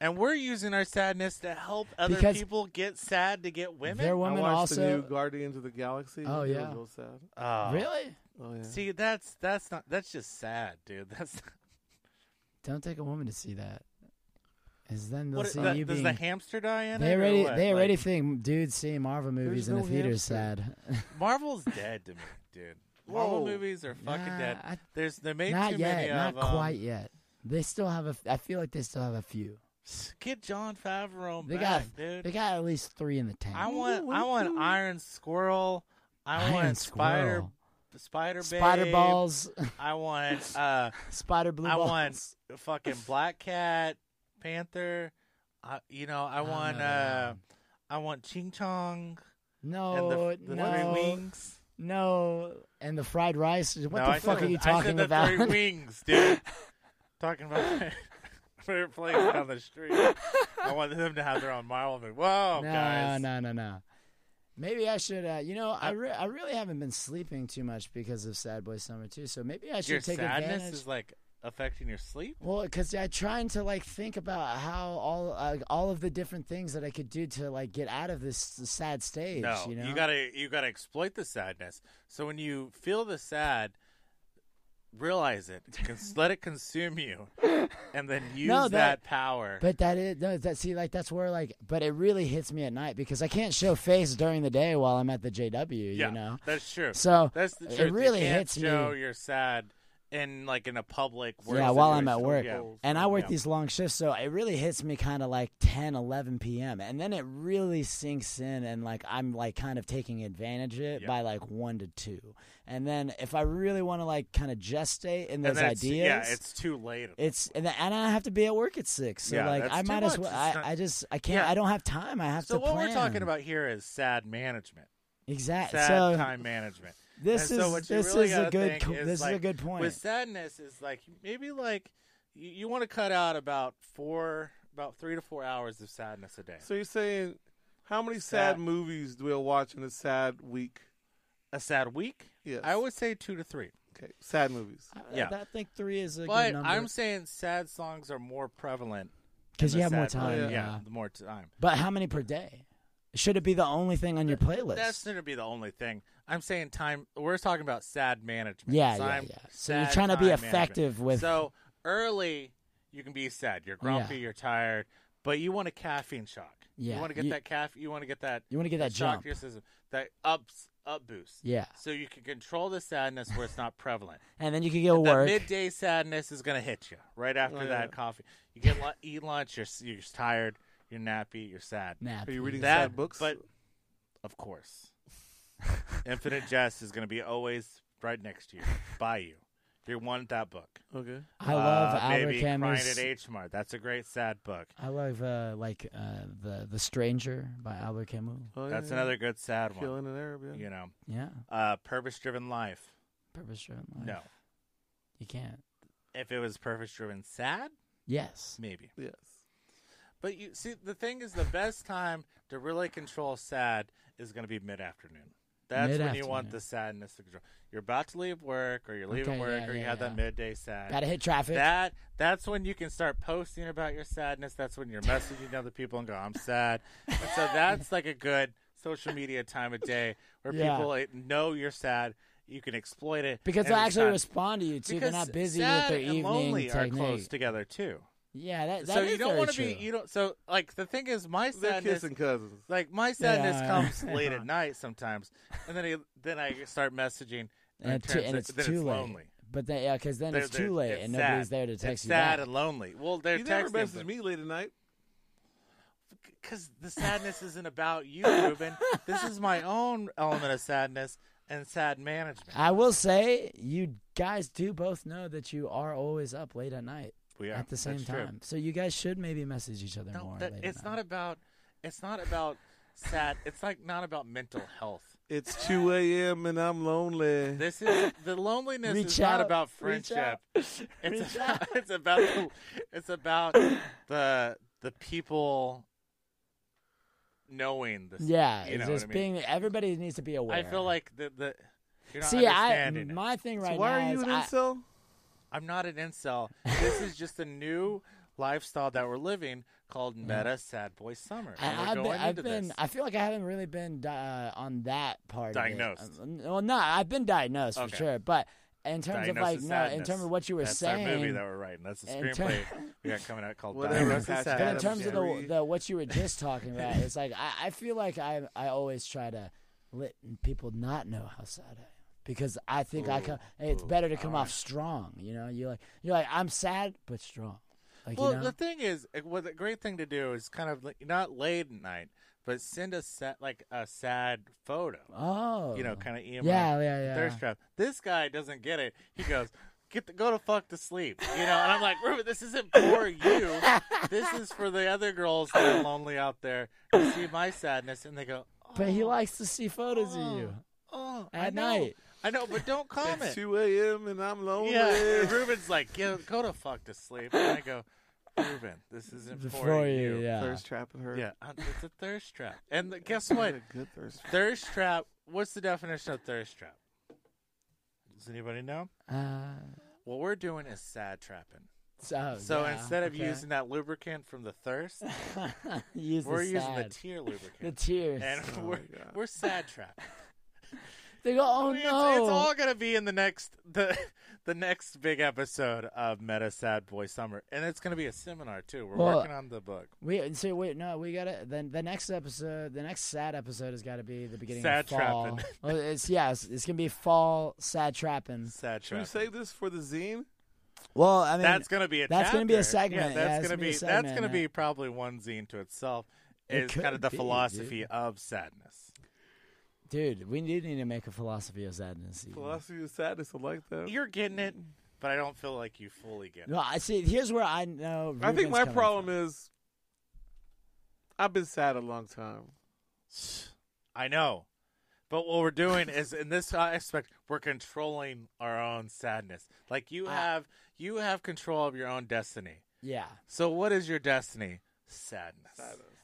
S4: And we're using our sadness to help other
S3: Because
S4: people get sad to get women.
S3: their
S2: I
S3: women
S2: watched the
S3: also
S2: new Guardians of the Galaxy.
S3: Oh,
S2: It was
S3: yeah.
S2: real sad.
S4: Oh.
S3: really
S2: Oh yeah.
S4: See, that's that's not that's just sad, dude. (laughs) That's
S3: don't take a woman to see that because then they'll
S4: what,
S3: see
S4: the-
S3: you
S4: does
S3: being
S4: the hamster die in
S3: they
S4: it? or
S3: already
S4: what?
S3: they already
S4: Like,
S3: think dudes seeing Marvel movies
S2: There's
S3: in the
S2: no
S3: theater is sad.
S2: hamster.
S4: Marvel's dead to me, dude. Marvel
S2: Whoa.
S4: movies are
S3: (laughs)
S4: fucking
S3: Nah,
S4: dead.
S3: I-
S4: There's they made
S3: not
S4: too
S3: yet,
S4: many
S3: not
S4: of um, 'em.
S3: quite yet. They still have a. f- I feel like they still have a few.
S4: Get John Favreau
S3: They
S4: back,
S3: got
S4: dude.
S3: they got at least three in the tank.
S4: I want I want Iron Squirrel. I
S3: Iron
S4: want Spider
S3: Squirrel.
S4: Spider
S3: Spider
S4: Babe.
S3: balls, (laughs)
S4: I want uh
S3: spider blue
S4: I
S3: balls.
S4: want fucking Black Cat, Panther. I, you know, I
S3: don't
S4: want
S3: know
S4: uh
S3: that
S4: I want Ching Chong and
S3: no,
S4: the, the
S3: Oh, no,
S4: three wings.
S3: no, and the fried rice. What
S4: no,
S3: the
S4: I
S3: fuck
S4: said
S3: are you
S4: the, I
S3: talking
S4: said the
S3: about? (laughs)
S4: three wings, dude. talking about (laughs) my favorite place down the street.
S3: (laughs)
S4: I want them to have their own Marvel movie. Whoa,
S3: no,
S4: Oh, guys.
S3: no, no, no. Maybe I should. Uh, you know, I re- I really haven't been sleeping too much because of Sad Boy Summer too. So maybe I should
S4: Your
S3: take
S4: sadness
S3: advantage.
S4: is like affecting your sleep.
S3: Well, because I trying to like think about how all uh, all of the different things that I could do to like get out of this sad stage.
S4: No,
S3: you know,
S4: gotta you gotta exploit the sadness. So when you feel the sad, realize it, cons- let it
S3: (laughs)
S4: consume you, and then use
S3: No,
S4: that,
S3: that-
S4: power.
S3: But that is no, that see like that's where like but it really hits me at night because I can't show face during the day while I'm at the JW,
S4: yeah,
S3: you know.
S4: that's true.
S3: So
S4: that's the
S3: it
S4: truth.
S3: really
S4: you can't
S3: hits me.
S4: show You're sad in like in a public work
S3: Yeah, while I'm at
S4: situation.
S3: work.
S4: Yeah.
S3: And I work
S4: Yeah.
S3: these long shifts, so it really hits me kind of like 10, 11 p.m. And then it really sinks in, and like I'm like kind of taking advantage of it
S4: Yeah.
S3: by like 1 to 2. And then if I really want to like kind of gestate in those
S4: and then it's-
S3: ideas.
S4: Yeah, it's too late.
S3: it's and, then- and I have to be at work at six, so
S4: Yeah,
S3: like
S4: that's
S3: I
S4: too
S3: might as
S4: much.
S3: well.
S4: It's
S3: I,
S4: not-
S3: I just I can't.
S4: Yeah.
S3: I don't have time. I have
S4: So
S3: to.
S4: what we're talking
S3: plan.
S4: about here is sad management,
S3: exactly.
S4: sad
S3: so
S4: time management.
S3: this
S4: and so
S3: is
S4: what you
S3: this
S4: really
S3: is a
S4: gotta
S3: good
S4: think
S3: co-
S4: is,
S3: this is a
S4: like,
S3: good point.
S4: With sadness is like maybe like you, you want to cut out about four, about three to four hours of sadness a day.
S2: So you're saying, how many sad
S4: Sad.
S2: movies do we watch in a sad week?
S4: A sad week.
S2: Yes.
S4: I would say two to three.
S2: Okay, sad movies.
S3: I,
S4: yeah.
S3: I think three is a
S4: But
S3: good
S4: I'm
S3: number
S4: saying sad songs are more prevalent
S3: because
S4: in
S3: you
S4: the
S3: have more
S4: sad
S3: time.
S4: mood.
S2: yeah.
S3: Yeah.
S4: the more time.
S3: but how many per day? Should it be the only thing on your playlist?
S4: That's going to be the only thing. I'm saying time. We're talking about sad management.
S3: yeah, yeah,
S4: Time-
S3: yeah. So you're
S4: sad
S3: trying to be
S4: time management.
S3: effective with.
S4: So early, you can be sad. You're grumpy.
S3: Yeah.
S4: You're tired, but you want a caffeine shock.
S3: Yeah,
S4: You want to get
S3: you-
S4: that caffeine. You want to get that.
S3: you want to get that
S4: shock
S3: jump.
S4: to your system. That ups up boost.
S3: Yeah,
S4: So you can control the sadness where it's not prevalent.
S3: and then you could go
S4: that
S3: work.
S4: midday sadness is going to hit you right after
S2: Oh,
S4: that
S2: yeah.
S4: coffee. You get lu- eat lunch. You're s- you're s- tired. You're nappy. You're sad.
S3: nap.
S2: Are you reading
S4: That
S2: sad books?
S4: but of course, Infinite Jest is going to be always right next to you, by you. You want that book.
S2: okay.
S3: (laughs) I love
S4: uh,
S3: Albert
S4: maybe Crying at
S3: Camus.
S4: H Mart. That's a great sad book.
S3: I love uh, like uh, the the Stranger by Albert Camus.
S2: Oh,
S4: That's
S2: yeah,
S4: another good sad
S2: yeah.
S4: one.
S2: Killing an Arab. Yeah.
S4: You know,
S3: Yeah,
S4: uh, Purpose Driven Life.
S3: purpose driven life.
S4: No,
S3: you can't.
S4: if it was Purpose Driven Sad,
S3: Yes,
S4: maybe.
S2: Yes.
S4: But you see, the thing is, the best time to really control sad is going to be mid afternoon. That's when you want
S3: Mid-afternoon.
S4: the sadness to control. You're about to leave work, or you're leaving
S3: Okay,
S4: work,
S3: yeah,
S4: or you
S3: yeah,
S4: have
S3: yeah.
S4: that midday sad.
S3: gotta hit traffic.
S4: That that's when you can start posting about your sadness. That's when you're messaging other people and go, "I'm sad." And so that's like a good social media time of day where
S3: Yeah.
S4: people like, know you're sad. You can exploit it
S3: Because
S4: and
S3: they'll
S4: it's
S3: actually
S4: not-
S3: respond to you too. They're
S4: because
S3: not busy with
S4: sad
S3: their
S4: and
S3: evening
S4: lonely
S3: technique.
S4: are close together too.
S3: Yeah, that, that
S4: so
S3: is
S4: you don't
S3: very
S4: want to be
S3: true.
S4: you don't. So like the thing is, my
S2: They're
S4: sadness,
S2: kissing cousins.
S4: like my sadness
S3: Yeah. (laughs)
S4: comes late at night sometimes, and then I, then I start messaging
S3: and,
S4: it
S3: it too-
S4: turns-
S3: and it's
S4: then
S3: too
S4: it's
S3: late.
S4: lonely.
S3: But then, yeah, because then
S4: They're-
S3: it's
S4: they're-
S3: too late
S4: it's
S3: and nobody's
S4: sad.
S3: there to text
S4: it's
S3: you
S4: sad
S3: back.
S4: and lonely. Well, they're
S2: You never
S4: texting
S2: messaged
S4: but-
S2: me late at night.
S4: because the sadness isn't about you, Ruben. this is my own element of sadness and sad management.
S3: I will say, you guys do both know that you are always up late at night
S4: We are
S3: at the same
S4: That's true.
S3: time. So you guys should maybe message each other
S4: No,
S3: more.
S4: that,
S3: late at
S4: it's
S3: night.
S4: not about. It's not about sad. It's like not about mental health. (laughs)
S2: It's 2 a.m. and I'm lonely.
S4: This is the loneliness
S3: Reach
S4: is not
S3: out,
S4: about
S3: reach
S4: friendship. It's
S3: (laughs) Reach
S4: about,
S3: out.
S4: (laughs) it's about the, it's about the the people knowing this.
S3: Yeah,
S4: you
S3: it's
S4: know
S3: just
S4: what I mean.
S3: being everybody needs to be aware.
S4: I feel like the the you're not
S3: see, I
S4: understanding it.
S3: my thing right
S2: so why
S3: now
S2: are you
S3: is
S2: an
S3: I-
S2: incel?
S4: I'm not an incel. This is just a new lifestyle that we're living called Meta Sad Boy Summer. And we're
S3: I, I've been,
S4: going
S3: I've
S4: into
S3: been
S4: this.
S3: I feel like I haven't really been di- uh, on that part. of it.
S4: Diagnosed.
S3: Um, well, no, I've been diagnosed
S4: Okay.
S3: for sure, but in terms of
S4: Diagnosis
S3: like no, in
S4: Sadness.
S3: terms of what you were
S4: That's
S3: saying,
S4: our movie that we're writing. That's the
S3: in
S4: screenplay
S3: ter-
S4: we got coming
S3: (laughs)
S4: out called
S2: Whatever,
S4: Diagnosis
S2: Patch
S4: Sadness.
S3: but in
S2: Adams
S3: terms of the,
S2: theory.
S3: the what you were
S4: (laughs)
S3: just talking about, it's like I, I feel like I I always try to let people not know how sad I am because I think I
S4: Ooh,
S3: come, it's
S4: ooh,
S3: better to come
S4: all
S3: off strong. You know, you are like you're like I'm sad but strong. Like
S4: Well,
S3: you know,
S4: the thing is, uh, what the great thing to do is kind of like, not late at night, but send a set like a sad photo.
S3: oh,
S4: You know, kind of emo.
S3: yeah, yeah, yeah.
S4: Thirst trap. This guy doesn't get it. He goes, "Get the, go to fuck to sleep," you know. And I'm like, Ruben, this isn't for you. This is for the other girls that are lonely out there who see my sadness and they go. Oh,
S3: But he likes to see photos of you.
S4: oh, I
S3: at
S4: know.
S3: night.
S4: I know, but don't
S2: It's
S4: comment.
S2: 2 a.m. and I'm lonely.
S4: Yeah, and Ruben's like, "Go- go to fuck to sleep, and I go, Ruben, this isn't
S3: Before you, yeah.
S2: Thirst trapping her.
S4: Yeah, uh, it's a thirst trap. And the, guess what?
S2: a good thirst trap.
S4: thirst trap. What's the definition of thirst trap? Does anybody know?
S3: Uh,
S4: What we're doing is sad trapping.
S3: so
S4: So
S3: yeah,
S4: instead of
S3: okay.
S4: using that lubricant from the thirst,
S3: (laughs) Use
S4: we're
S3: the
S4: using the
S3: sad. (laughs)
S4: tear
S3: the
S4: lubricant,
S3: tears.
S4: and
S2: Oh
S4: (laughs)
S2: my
S4: we're
S2: God.
S4: we're sad trapping.
S3: They go, (laughs) oh
S4: I mean, (laughs) it's-
S3: no.
S4: It's, all gonna be in the next the (laughs) the next big episode of Meta Sad Boy Summer, and it's gonna be a seminar too. We're
S3: Well,
S4: working on the book.
S3: We so wait no we gotta then the next episode the next sad episode has got to be the beginning
S4: Sad
S3: of fall.
S4: trappin'.
S3: (laughs) Well, it's yeah it's, it's gonna be fall sad trapping.
S4: Sad
S2: Should we
S4: trap.
S2: save this for the zine?
S3: Well I mean
S4: that's gonna be a.
S3: that's gonna be a
S4: chapter.
S3: segment.
S4: Yeah,
S3: Yeah,
S4: that's
S3: it's gonna
S4: gonna
S3: be a
S4: be
S3: segment,
S4: that's gonna
S3: yeah.
S4: be probably one zine to itself.
S3: It
S4: Is kind
S3: could
S4: of the
S3: be,
S4: philosophy
S3: dude.
S4: of sadness.
S3: dude we do need to make a philosophy of sadness. even.
S2: Philosophy of sadness. I like that.
S4: You're getting it, but I don't feel like you fully get it.
S3: No I see here's where I know
S2: I think
S3: Ruben's
S2: my
S3: coming
S2: problem
S3: from.
S2: is I've been sad a long time.
S4: I know. But what we're doing is in this aspect, we're controlling our own sadness. Like you
S3: Ah.
S4: have you have control of your own destiny.
S3: yeah
S4: So what is your destiny? Sadness.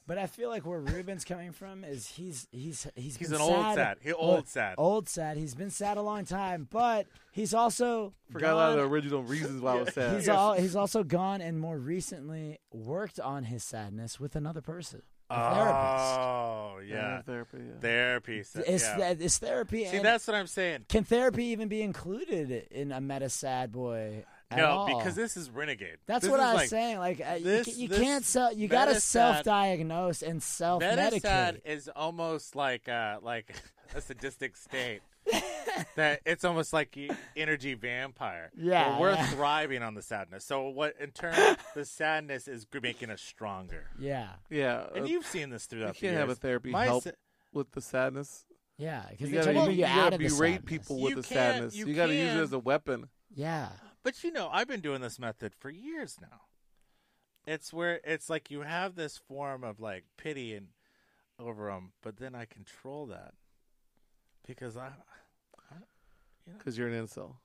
S3: but I feel like where Ruben's coming from is he's he's he's
S4: He's
S3: been
S4: an old
S3: sad,
S4: sad. He
S3: Well,
S4: old sad.
S3: old sad he's been sad a long time but he's also
S2: Forgot a lot of
S3: gone
S2: the
S3: (laughs)
S2: original reasons why I was sad.
S3: He's all, he's also gone and more recently worked on his sadness with another person, a therapist.
S4: Oh yeah,
S2: Therapy, yeah.
S4: therapy. sa-
S3: It's
S4: yeah.
S3: th- it's therapy.
S4: See,
S3: and
S4: that's what I'm saying.
S3: can therapy even be included in a meta sad boy? At
S4: no,
S3: all?
S4: because this is renegade.
S3: that's
S4: This
S3: what
S4: is
S3: I was
S4: like,
S3: saying. Like uh,
S4: this-
S3: you, ca- you
S4: this
S3: can't sell. You gotta
S4: meta sad-
S3: self-diagnose and self-medicate.
S4: Medicad is almost like uh, like (laughs) a sadistic state. that it's almost like y- energy vampire.
S3: Yeah,
S4: Where we're
S3: yeah.
S4: thriving on the sadness. So what in turn the sadness is g- making us stronger.
S3: yeah,
S2: yeah. uh,
S4: And you've seen this
S2: you
S4: throughout. the
S2: can't have a
S4: years.
S2: therapy
S4: My
S2: help
S4: sa-
S2: with the sadness.
S3: yeah. Because
S2: You
S3: they
S2: gotta,
S3: try to
S2: you,
S3: bring you,
S2: you
S3: out
S2: gotta
S3: of the
S2: berate
S3: sadness.
S2: people
S4: You
S2: with the
S4: can't-
S2: sadness.
S4: you
S2: gotta use
S4: can.
S2: it as a weapon.
S3: Yeah,
S4: But you know, I've been doing this method for years now. It's where it's like you have this form of like pity and over them, but then I control that because I
S2: Because you're an incel.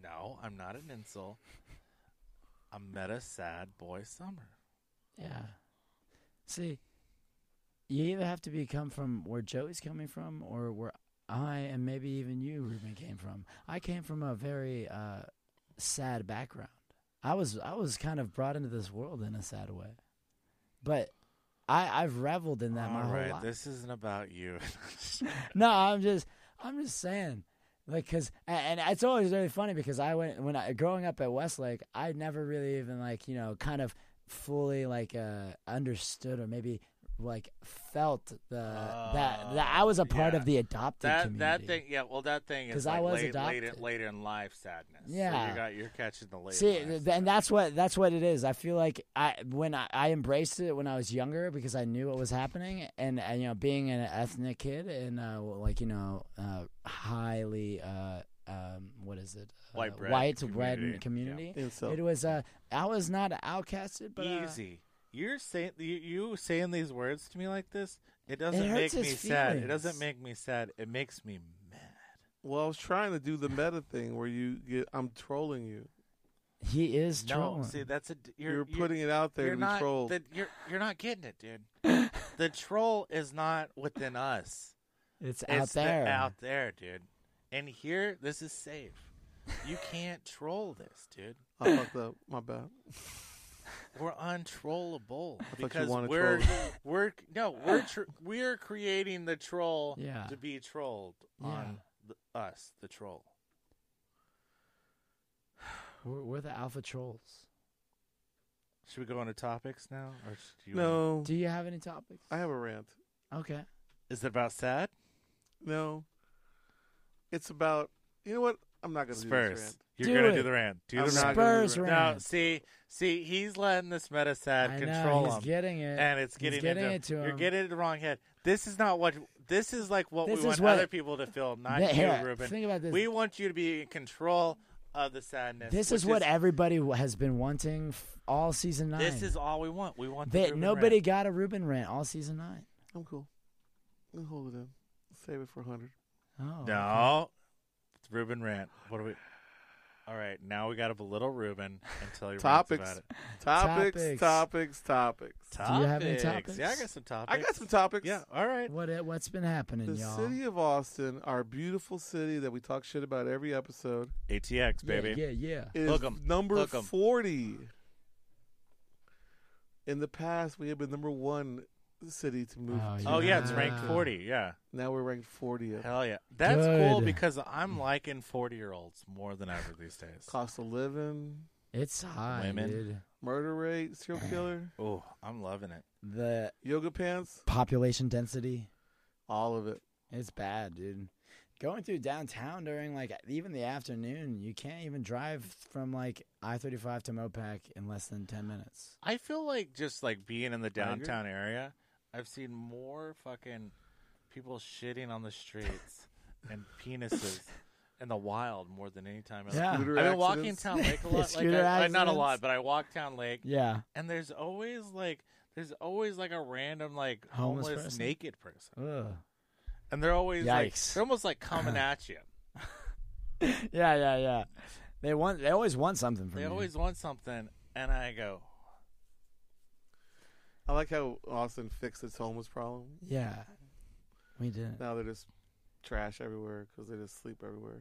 S4: no, I'm not an insult. I'm meta sad boy summer.
S3: yeah. See, you either have to become from where Joey's coming from, or where I and maybe even you, Ruben, came from. I came from a very uh, sad background. I was I was kind of brought into this world in a sad way, but I I've reveled in that my
S4: All right,
S3: whole life.
S4: this isn't about you. (laughs)
S3: (laughs) No, I'm just I'm just saying, like, cause and, and it's always really funny because I went when I growing up at Westlake, I never really even like you know kind of fully like uh understood or maybe like felt the that that I was a part
S4: Ah, yeah.
S3: of the adopted
S4: that
S3: community.
S4: that thing, yeah. Well, that thing
S3: 'Cause
S4: is
S3: I
S4: like
S3: was
S4: late, late, in-
S3: adopted.
S4: later in life sadness. So
S3: Yeah.
S4: you got you're catching the late.
S3: See,
S4: life
S3: th-
S4: sadness.
S3: and that's what that's what it is. I feel like I when I, I embraced it when I was younger because I knew what was happening, and, uh, you know, being an ethnic kid and uh, well, like you know, uh, highly uh, um, what is it, uh,
S4: White bread
S3: white
S4: community.
S3: bread community.
S2: Incel.
S3: It was uh, I was not outcasted, but uh,
S4: easy. You're saying you, you saying these words to me like this. It doesn't
S3: hurts
S4: make me
S3: his
S4: sad. It
S3: feelings.
S4: doesn't make me sad. It makes me mad.
S2: Well, I was trying to do the meta thing where you get, I'm trolling you.
S3: he is
S4: No,
S3: trolling.
S4: see, that's a d- you're,
S2: You're, putting it out there
S4: you're
S2: to be
S4: not,
S2: trolled.
S4: The, you're you're not getting it, dude.
S3: (laughs)
S4: the troll is not within us.
S3: it's, out
S4: It's the-
S3: there.
S4: out there, dude. And here, this is safe. You can't troll this, dude.
S2: I fucked up. My bad.
S4: We're untrollable
S2: you
S4: because
S2: wanted
S4: we're
S2: trolls.
S4: (laughs) we're no we're tr- we're creating the troll
S3: Yeah.
S4: to be trolled on the, us, the troll.
S3: We're, we're the alpha trolls.
S4: Should we go into topics now, or sh- do you wanna-
S2: No,
S3: Do you have any topics?
S2: I have a rant.
S3: Okay.
S4: is it about sad
S2: No, it's about you know what? I'm not gonna do this
S4: Spurs?
S2: rant.
S4: You're
S3: Do
S4: gonna
S3: it.
S4: do the rant. Do
S2: I'm
S4: the
S2: not
S4: rant.
S2: gonna do
S3: Spurs
S2: the
S3: rant.
S4: No, see, see, he's letting this meta sad
S3: I
S4: control
S3: know,
S4: him.
S3: he's getting it,
S4: and it's
S3: He's
S4: getting,
S3: getting
S4: into,
S3: it to him.
S4: You're getting it in the wrong head. This is not what. This is like what
S3: This
S4: we want
S3: is what-
S4: other people to feel, not
S3: Th-
S4: you,
S3: here,
S4: Ruben.
S3: think about this.
S4: We want you to be in control of the sadness.
S3: This is
S4: which
S3: what everybody w- has been wanting f- all season nine.
S4: This is all we want. We want the
S3: that
S4: Ruben
S3: nobody
S4: rant.
S3: got a Ruben rant all season nine.
S2: I'm cool. I'll hold it in. Save it for
S4: (laughs)
S2: 100.
S3: Oh
S4: No, it's Ruben rant. What do we? All right, now we got to belittle Ruben until he
S2: Topics.
S4: rants about it.
S3: Topics.
S2: Topics, topics, topics.
S3: Do you have any
S4: Yeah, I
S3: topics?
S4: got some topics.
S2: I got some topics.
S4: Yeah, all right.
S3: What it- what's been happening,
S2: The
S3: y'all?
S2: city of Austin, our beautiful city that we talk shit about every episode,
S4: ATX
S3: yeah,
S4: baby.
S3: yeah, yeah.
S2: is
S4: Hook 'em.
S2: number
S4: Hook 'em.
S2: 40. In the past, we have been number one city to move.
S3: Oh,
S2: to.
S4: Oh yeah, it's
S3: Yeah.
S2: Ah.
S4: ranked forty. Yeah,
S2: Now we're ranked 40th.
S4: hell yeah, that's cool
S3: Good.
S4: because I'm liking forty year olds more than ever these days.
S2: Cost of living,
S3: It's high,
S4: Women.
S3: dude.
S2: murder rate, serial killer,
S4: Oh, I'm loving it.
S3: The
S2: yoga pants,
S3: population density,
S2: all of it.
S3: it's bad, dude. Going through downtown during like even the afternoon, you can't even drive from like I thirty five to Mopac in less than ten minutes.
S4: I feel like just like being in the
S2: agree.
S4: downtown area, I've seen more fucking people shitting on the
S3: (laughs)
S4: streets and penises in the wild more than any time else.
S3: Yeah.
S4: I've
S2: Scooter
S4: been walking
S2: accidents.
S4: town lake
S3: (laughs)
S4: a lot. like
S3: Scooter
S4: I, I- not a lot,
S3: accidents.
S4: but I walk town lake,
S3: Yeah.
S4: and there's always like there's always like a random like
S3: Homeless
S4: homeless,
S3: person?
S4: naked person,
S3: Ugh.
S4: and they're always like
S3: Yikes.
S4: they're
S3: (clears throat)
S4: almost like coming at you.
S3: Yeah, yeah, yeah. They want. They always want something from
S4: They
S3: you.
S4: always want something, and I go,
S2: I like how Austin fixed its homeless problem.
S3: Yeah. We did.
S2: Now they're just trash everywhere because they just sleep everywhere.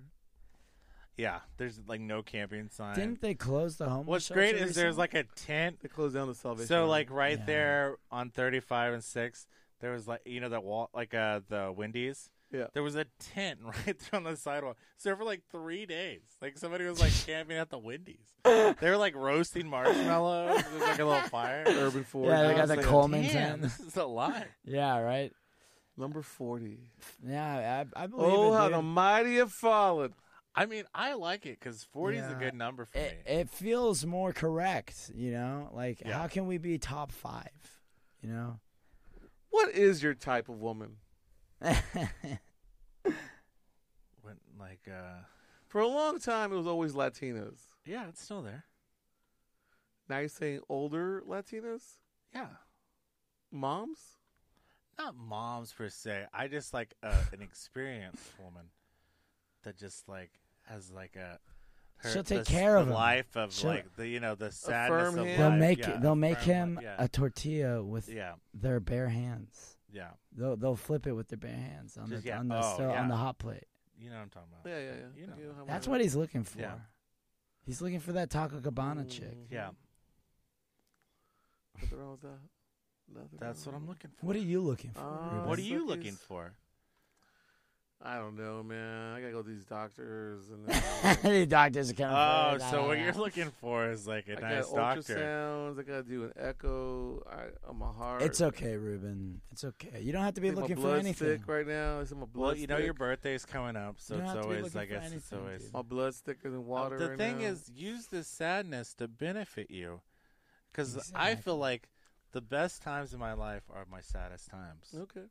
S4: yeah. There's like no camping sign.
S3: Didn't they close the homeless?
S4: What's great
S3: shelter
S4: is there's
S3: recently?
S4: like a tent
S2: They closed down the Salvation.
S4: So
S2: Army.
S4: like right
S3: Yeah.
S4: there on 35 and 6, there was like you know that wall like uh the Wendy's.
S2: Yeah.
S4: There was a tent (laughs) right there on the sidewalk. So for like 3 days, like somebody was like camping at
S3: (laughs)
S4: the Wendy's. They were like roasting marshmallows, There's like a
S3: (laughs)
S4: little fire.
S2: Urban Forge.
S3: Yeah, they
S2: now
S3: got
S2: it's
S3: that
S2: like
S3: coal- Coleman's
S4: Man,
S3: in.
S4: this is a lot.
S3: Yeah. Right.
S2: Number 40.
S3: Yeah. I, I believe.
S2: Oh,
S3: it,
S2: how
S3: dude.
S2: the mighty have fallen.
S4: I mean, I like it cuz 40 is a
S3: Yeah. Eh,
S4: good number for
S3: it,
S4: me.
S3: it feels more correct, you know? Like,
S4: Yeah.
S3: how can we be top five? You
S4: (laughs)
S3: know?
S2: What is your type of woman?
S4: When, like uh
S2: For a long time, it was always Latinas.
S4: yeah, it's still there.
S2: Now you're saying older Latinas?
S4: Yeah.
S2: Moms?
S4: Not moms per se. I just like uh, an experienced woman that just like has like a.
S3: She'll take
S4: the-
S3: care
S4: the
S3: of him.
S4: life of
S3: She'll-
S4: like the you know the sadness of
S2: hand.
S4: life.
S3: they'll make
S4: yeah,
S3: they'll make
S4: affirm
S3: him
S4: life,
S3: a tortilla with
S4: yeah, yeah,
S3: their bare hands.
S4: yeah.
S3: They'll they'll flip it with their bare hands on the
S4: Just, yeah,
S3: on the
S4: oh,
S3: so-
S4: yeah.
S3: on the hot plate.
S4: You know what I'm talking about.
S2: Yeah, yeah, yeah.
S4: You know.
S2: how
S3: That's
S2: many-
S3: what he's looking for.
S4: Yeah.
S3: He's looking for that Taco Cabana chick.
S2: Mhm.
S4: Yeah,
S2: Nothing wrong with that. Nothing
S4: that's what
S2: wrong
S4: I'm
S2: with
S4: looking for.
S3: What are you looking for?
S2: Uh,
S3: Ruben? (laughs)
S4: What are you
S2: Suckies.
S4: looking for?
S2: that. I don't know, man. I gotta go to these doctors
S4: (laughs)
S2: and then,
S3: the doctors are coming.
S4: Oh,
S3: for it.
S4: so what
S3: Ah.
S4: you're looking for is like a
S2: I
S4: nice
S2: got
S4: doctor.
S2: ultrasounds. I gotta do an echo. I, on my heart.
S3: It's okay, Ruben. It's okay. You don't have to be
S2: Think
S3: looking
S2: my
S3: for
S2: blood's
S3: anything.
S2: thick right now. It's in my blood.
S4: Well, you know
S2: thick.
S4: your birthday's coming up, so
S3: You don't
S4: it's
S3: have to be
S4: always
S3: looking
S4: I
S3: for
S4: guess it's
S3: anything,
S4: always
S3: dude.
S2: my blood's thicker than
S4: Uh,
S2: water.
S4: The
S2: right
S4: thing
S2: now.
S4: is, use this sadness to benefit you, because I
S3: Exactly.
S4: feel like the best times in my life are my saddest times.
S2: okay.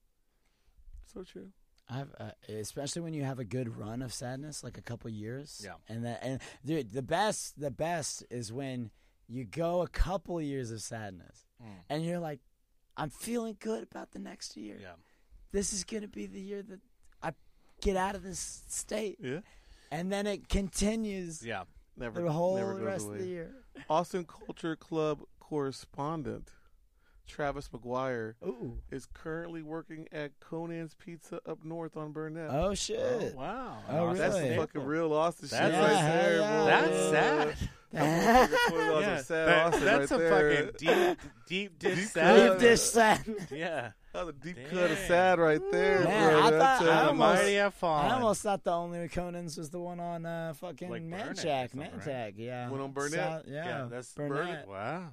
S2: So true.
S3: I've, uh, especially when you have a good run of sadness, like a couple years.
S4: Yeah.
S3: And that, and dude, the best, the best is when you go a couple years of sadness,
S4: Mm.
S3: and you're like, I'm feeling good about the next year.
S4: Yeah,
S3: This is gonna be the year that I get out of this state,
S2: Yeah.
S3: and then it continues
S4: yeah.
S2: Never.
S3: the whole
S2: never goes
S3: rest
S2: away.
S3: of the year.
S2: Austin Culture Club correspondent Travis McGuire
S3: Ooh.
S2: is currently working at Conan's Pizza up north on Burnett.
S3: Oh shit.
S4: (laughs) wow.
S3: Oh,
S2: That's
S3: really?
S2: some fucking real Austin shit
S4: That's-
S2: right
S3: Yeah, hell
S2: there,
S3: yeah.
S2: boy.
S4: That's sad.
S2: That's a sad
S4: that-
S2: Austin
S4: that's
S2: right
S4: a
S2: there.
S4: fucking deep, deep dish
S2: Deep
S4: sad.
S3: Leave this sad.
S2: (laughs)
S4: Yeah.
S2: That was a deep cut of
S4: Dang.
S2: sad right there,
S3: Man,
S2: bro.
S3: I
S2: That's
S3: thought-
S2: a-
S3: I
S4: The
S3: almost-
S4: mighty have fallen.
S3: I almost thought the only Conan's was the one on uh, fucking
S4: Like Burnett or
S3: Manchac.
S4: something, right?
S3: Manchac, yeah.
S2: One on Burnett?
S3: yeah,
S4: yeah, that's
S3: Burnett.
S4: Wow.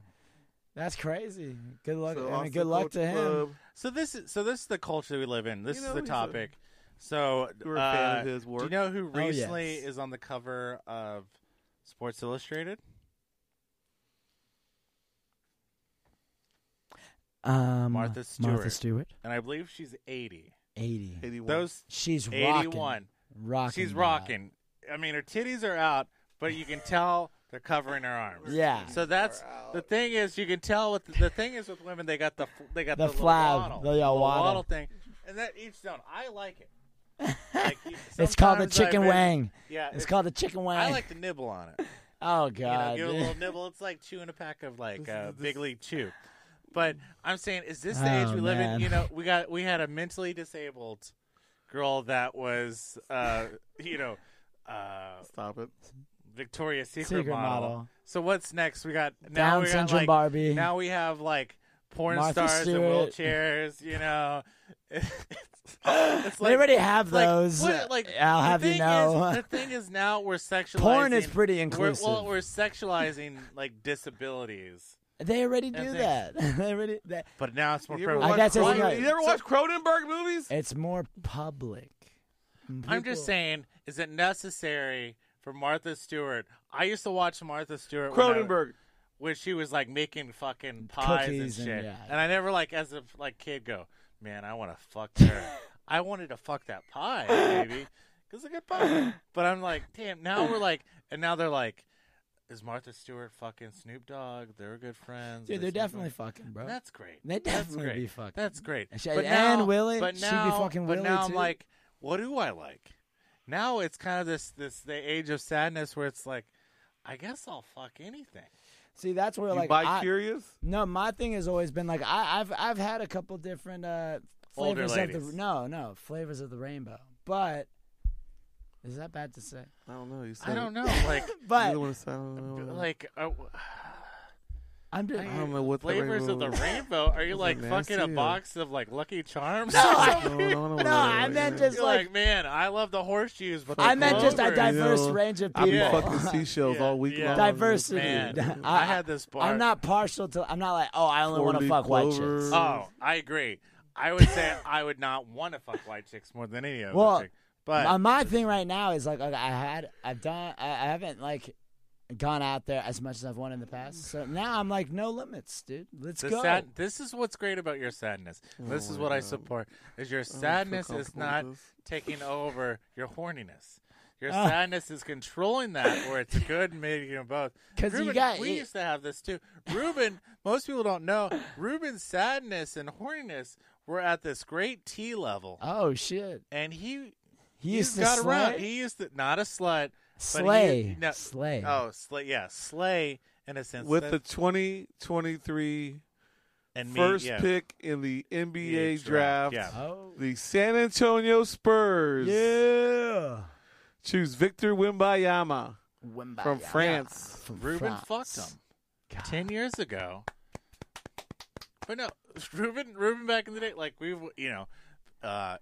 S3: That's crazy. Good luck.
S2: So
S3: I mean,
S2: Austin
S3: good luck to
S2: Culture
S3: him.
S2: Club,
S4: So this is so this is the culture we live in. This
S2: You
S4: is
S2: know,
S4: the
S2: he's a-
S4: topic. so
S2: We're a fan of
S4: uh,
S2: his
S4: Do you
S2: work.
S4: know who
S3: Oh,
S4: recently
S3: yes.
S4: is on the cover of Sports Illustrated?
S3: Um,
S4: Martha Stewart.
S3: Martha Stewart,
S4: And I believe she's 80.
S3: 80.
S2: 81.
S4: Those
S3: She's rocking.
S4: 81.
S3: Rocking.
S4: she's
S3: that.
S4: rocking. I mean, her titties are out, but you can tell they're covering her arms.
S3: Yeah.
S4: So that's the thing is you can tell with the thing is with women they got the fl- they got
S3: The
S4: the,
S3: flab,
S4: little waddle,
S3: the, yeah,
S4: little
S3: waddle.
S4: thing, and that each zone I like it.
S3: (laughs)
S4: Like, you-
S3: It's called the
S4: sometimes I
S3: chicken
S4: really-
S3: wang.
S4: Yeah,
S3: It's called the chicken wang.
S4: I like to nibble on it.
S3: oh
S4: You know,
S3: god.
S4: give it a
S3: dude. (laughs)
S4: little nibble. It's like chewing a pack of like
S2: This
S4: uh,
S2: is- this-
S4: Big League Chew. But I'm saying, is this the age
S3: Oh,
S4: we live
S3: man.
S4: in? You know, we got we had a mentally disabled girl that was, uh, you know, uh,
S2: Stop it.
S4: Victoria's Secret,
S3: Secret model.
S4: So what's next? We got now
S3: Down
S4: we got
S3: syndrome
S4: like
S3: Barbie.
S4: now we have like porn
S3: Martha
S4: stars in
S3: Stewart.
S4: wheelchairs. You know, (laughs) it's, it's
S3: they already have
S4: like,
S3: those. uh,
S4: what- like,
S3: I'll
S4: the
S3: have you
S4: thing
S3: know. (laughs)
S4: is- the thing is now we're sexualizing.
S3: Porn is pretty
S4: We're,
S3: inclusive.
S4: well, we're sexualizing like disabilities,
S3: they already do
S4: and
S3: that. (laughs) they already. That,
S4: but now it's more
S2: You ever,
S4: prevalent.
S3: I
S2: watch
S3: guess it's
S2: Cronen-
S3: right.
S2: you ever watch Cronenberg movies?
S3: it's more public. And
S4: I'm just
S3: people-
S4: saying, is it necessary for Martha Stewart? I used to watch Martha Stewart. when I-
S2: Cronenberg.
S4: where she was like making fucking pies
S3: Cookies
S4: and
S3: and-
S4: shit.
S3: yeah.
S4: And I never like as a like kid go, man, I want to fuck her.
S3: (laughs)
S4: I wanted to fuck that pie, baby, because a good pie. But I'm like, damn. Now we're like, and now they're like, is Martha Stewart fucking Snoop Dogg? They're good friends.
S3: Dude, they're
S4: this and that.
S3: definitely fucking, bro.
S4: That's great.
S3: They definitely
S4: That's great.
S3: be fucking.
S4: That's great.
S3: And she-
S4: but
S3: and
S4: now,
S3: Willie,
S4: but
S3: she'd be
S4: now,
S3: fucking
S4: but
S3: Willie,
S4: now I'm
S3: too.
S4: like, what do I like? Now it's kind of this this the age of sadness where it's like, I guess I'll fuck anything.
S3: See, that's where
S2: You
S3: like
S2: bi
S3: I-
S2: curious?
S3: No, my thing has always been like I, I've I've had a couple different uh,
S4: Older
S3: flavors of
S4: ladies.
S3: the no no flavors of the rainbow, but is that bad to say?
S2: I don't know. You said
S4: I
S3: (laughs)
S4: don't know. Like,
S3: But
S2: You're the one who said, I
S3: Oh.
S2: don't know.
S4: like uh,
S3: I'm just
S2: I don't know what the
S4: flavors of the
S2: rainbow-
S4: rainbow.
S3: (laughs)
S4: Are you
S2: Those are
S4: like fucking a
S3: uh,
S2: nasty, or-
S4: box of (laughs) like Lucky Charms?
S3: No,
S4: or
S3: I-
S4: something?
S2: No, I don't know what
S3: No,
S2: I
S3: I
S2: like.
S3: meant just
S4: You're like, man, I love the horseshoes, but the
S3: I meant just a
S4: clovers."
S2: diver-
S3: diverse
S2: You know,
S3: range of
S2: I've
S3: people.
S2: been
S4: Yeah.
S2: fucking seashells
S4: Yeah,
S2: all week
S4: yeah.
S2: long.
S3: Diversity.
S4: Man,
S3: (laughs) I-
S4: I had this
S3: (laughs)
S4: bar.
S3: I'm not partial to. I'm not like oh I only want to
S2: Four-leaf
S3: fuck white
S2: clover.
S3: chicks.
S4: Oh, I agree. I would say I would not want to fuck white chicks more than any other
S3: Well,
S4: chick. But
S3: my, my thing right now is like okay, I had I've done I, I haven't like gone out there as much as I've wanted in the past. So now I'm like no limits, dude. Let's
S4: the
S3: go.
S4: sad, this is what's great about your sadness. this is
S2: my
S4: what I
S2: God.
S4: support: is your
S2: feel
S4: sadness is
S2: comfortable
S4: not
S2: with this.
S4: taking over your horniness. Your
S3: Ah.
S4: sadness is controlling that,
S3: (laughs)
S4: where it's good, maybe them both.
S3: 'Cause you
S4: Ruben,
S3: got-
S4: we
S3: you-
S4: used to have this too. Ruben, most people don't know. Ruben's sadness and horniness were at this great T level,
S3: Oh shit.
S4: and he
S3: He used
S4: he's
S3: to
S4: got
S3: slay.
S4: around. He used to not a slut, but he-
S3: slay.
S4: no,
S3: slay.
S4: Oh, slay, yeah, slay in a sense.
S2: With
S4: that-
S2: the 2023
S4: and me,
S2: first
S4: yeah.
S2: pick in the
S4: Yeah,
S2: NBA
S4: draft,
S2: draft,
S4: yeah.
S3: Oh.
S2: the San Antonio Spurs
S3: Yeah.
S2: choose Victor Wimbayama. From France.
S3: From
S4: Ruben
S3: France.
S4: fucked him
S3: God.
S4: ten years ago. But no, (laughs) Ruben, Ruben, back in the day, like we, you know, uh,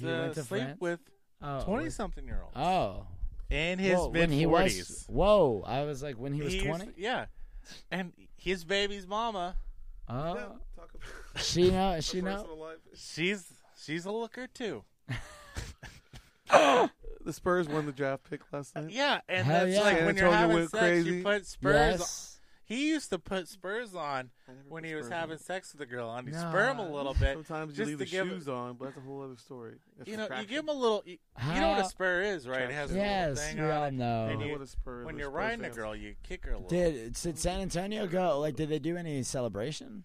S3: He
S4: to,
S3: went to
S4: sleep
S3: France?
S4: with
S3: Oh,
S4: twenty
S3: wait.
S4: something year olds
S3: Oh.
S4: in his
S3: Whoa, when
S4: mid
S3: he was.
S4: forties.
S3: Whoa. I was like, when he was 20?
S4: yeah, and his baby's mama,
S3: Oh. She know. (laughs) She know.
S4: she's she's a looker too.
S2: The Spurs won the draft pick last night.
S4: Uh, Yeah, and
S3: Hell
S4: that's
S3: yeah.
S4: like
S2: San
S4: when you're
S2: Antonio
S4: having
S2: went
S4: sex, you
S2: crazy.
S4: put Spurs.
S3: Yes.
S4: He used to put Spurs on
S2: never
S4: when
S2: put
S4: he was
S2: Spurs on.
S4: having sex with a girl on his
S3: No.
S4: sperm a little bit.
S2: Sometimes you
S4: just
S2: leave
S4: to
S2: the
S4: give
S2: shoes on, but that's a whole other story. That's
S4: You know, you
S2: attraction.
S4: give him a little. You, you know what a
S3: How-
S4: spur is, right? It has a little
S3: Ah. Yes.
S4: thing
S3: We
S4: on
S3: all
S4: it.
S3: know.
S4: And you-
S2: What a Spurs-
S4: When
S2: a
S4: you're
S2: Spurs
S4: riding a
S2: fan.
S4: girl, you kick her a little.
S3: Did did San Antonio go? Like, did they do any celebration?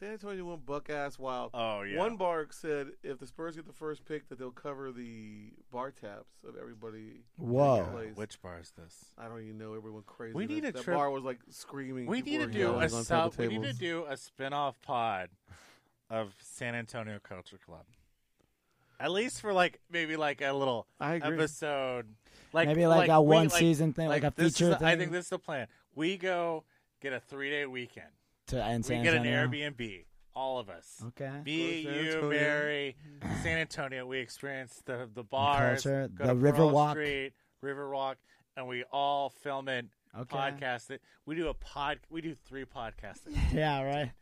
S2: San Antonio went buck ass wild.
S4: Oh yeah.
S2: One bark said if the Spurs get the first pick, that they'll cover the bar tabs of everybody.
S3: Whoa.
S2: Place.
S4: Which bar is this?
S2: I don't even know. Everyone crazy.
S4: We need
S2: that,
S4: a
S2: that
S4: trip-
S2: bar was like screaming.
S4: We
S2: People
S4: need to
S2: were
S4: do
S2: yelling
S4: a
S2: on top
S4: sub,
S2: of
S4: we need to
S2: tables.
S4: do a spin-off pod of San Antonio Culture Club. At least for like maybe like a little
S2: I agree.
S4: episode, like
S3: Maybe like, a
S4: we-
S3: one season thing, like, a
S4: this is
S3: feature
S4: the-
S3: thing.
S4: I think this is the plan. We go get a three-day weekend.
S3: to end
S4: we
S3: San
S4: get an
S3: Antonio.
S4: Airbnb, all of us.
S3: Okay.
S4: Me,
S2: Go to San
S4: you,
S2: Antonio.
S4: Mary, San Antonio. We experienced the the bars,
S3: culture,
S4: go
S3: the
S4: to
S3: river
S4: Pearl
S3: walk.
S4: Street, river walk, and we all film it,
S3: Okay.
S4: podcast it. We do a pod, we do three podcasting,
S3: (laughs) Yeah. Right.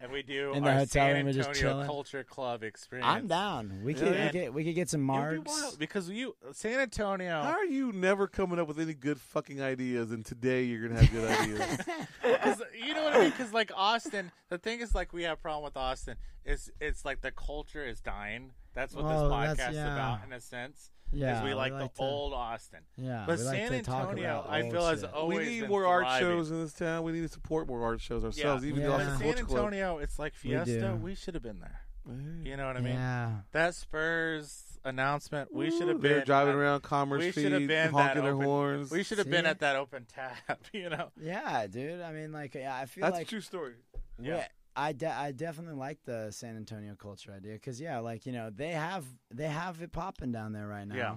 S4: and we do
S3: (laughs) In the
S4: our
S3: hotel
S4: San
S3: room, we're just
S4: Antonio
S3: chilling.
S4: Culture Club experience.
S3: I'm down. We could
S4: Yeah.
S3: we could we could get some
S4: It would be
S3: marks.
S4: wild, because you San
S2: How
S4: Antonio.
S2: are you never coming up with any good fucking ideas? And today you're gonna
S4: (laughs)
S2: have good ideas.
S4: 'cause you know what I mean? Because like Austin, the thing is like we have a problem with Austin. Is it's like the culture is dying. That's what
S3: Oh,
S4: this podcast
S3: that's-
S4: is
S3: yeah.
S4: about in a sense.
S3: Yeah,
S4: is we
S3: we
S4: like,
S3: like
S4: the
S3: to-
S4: old Austin.
S3: Yeah,
S4: But
S3: we like
S4: San
S3: to talk
S4: Antonio,
S3: about
S4: I
S3: old
S4: feel has
S3: shit.
S4: always
S2: we need
S4: been
S2: more art
S4: thriving.
S2: shows in this town. We need to support more art shows ourselves. Even
S3: Yeah.
S2: though
S4: But
S2: it's a
S3: Yeah.
S4: San
S2: culture club.
S4: Antonio, it's like
S3: We do.
S4: Fiesta. We, should have been there. You know what I mean?
S3: yeah,
S4: That Spurs announcement, we should have
S2: They're
S4: been
S2: driving
S4: at-
S2: around Commerce
S4: we should have been
S2: Feed,
S4: that
S2: honking their
S4: open-
S2: horns.
S4: We should have been
S3: See?
S4: at that open tab. (laughs) You know?
S3: yeah, dude. I mean, like, yeah, I feel
S2: That's
S3: like
S2: a true story.
S3: we-
S4: Yeah.
S3: I de- I definitely like the San Antonio culture idea because yeah, like you know they have they have it popping down there right now.
S4: Yeah.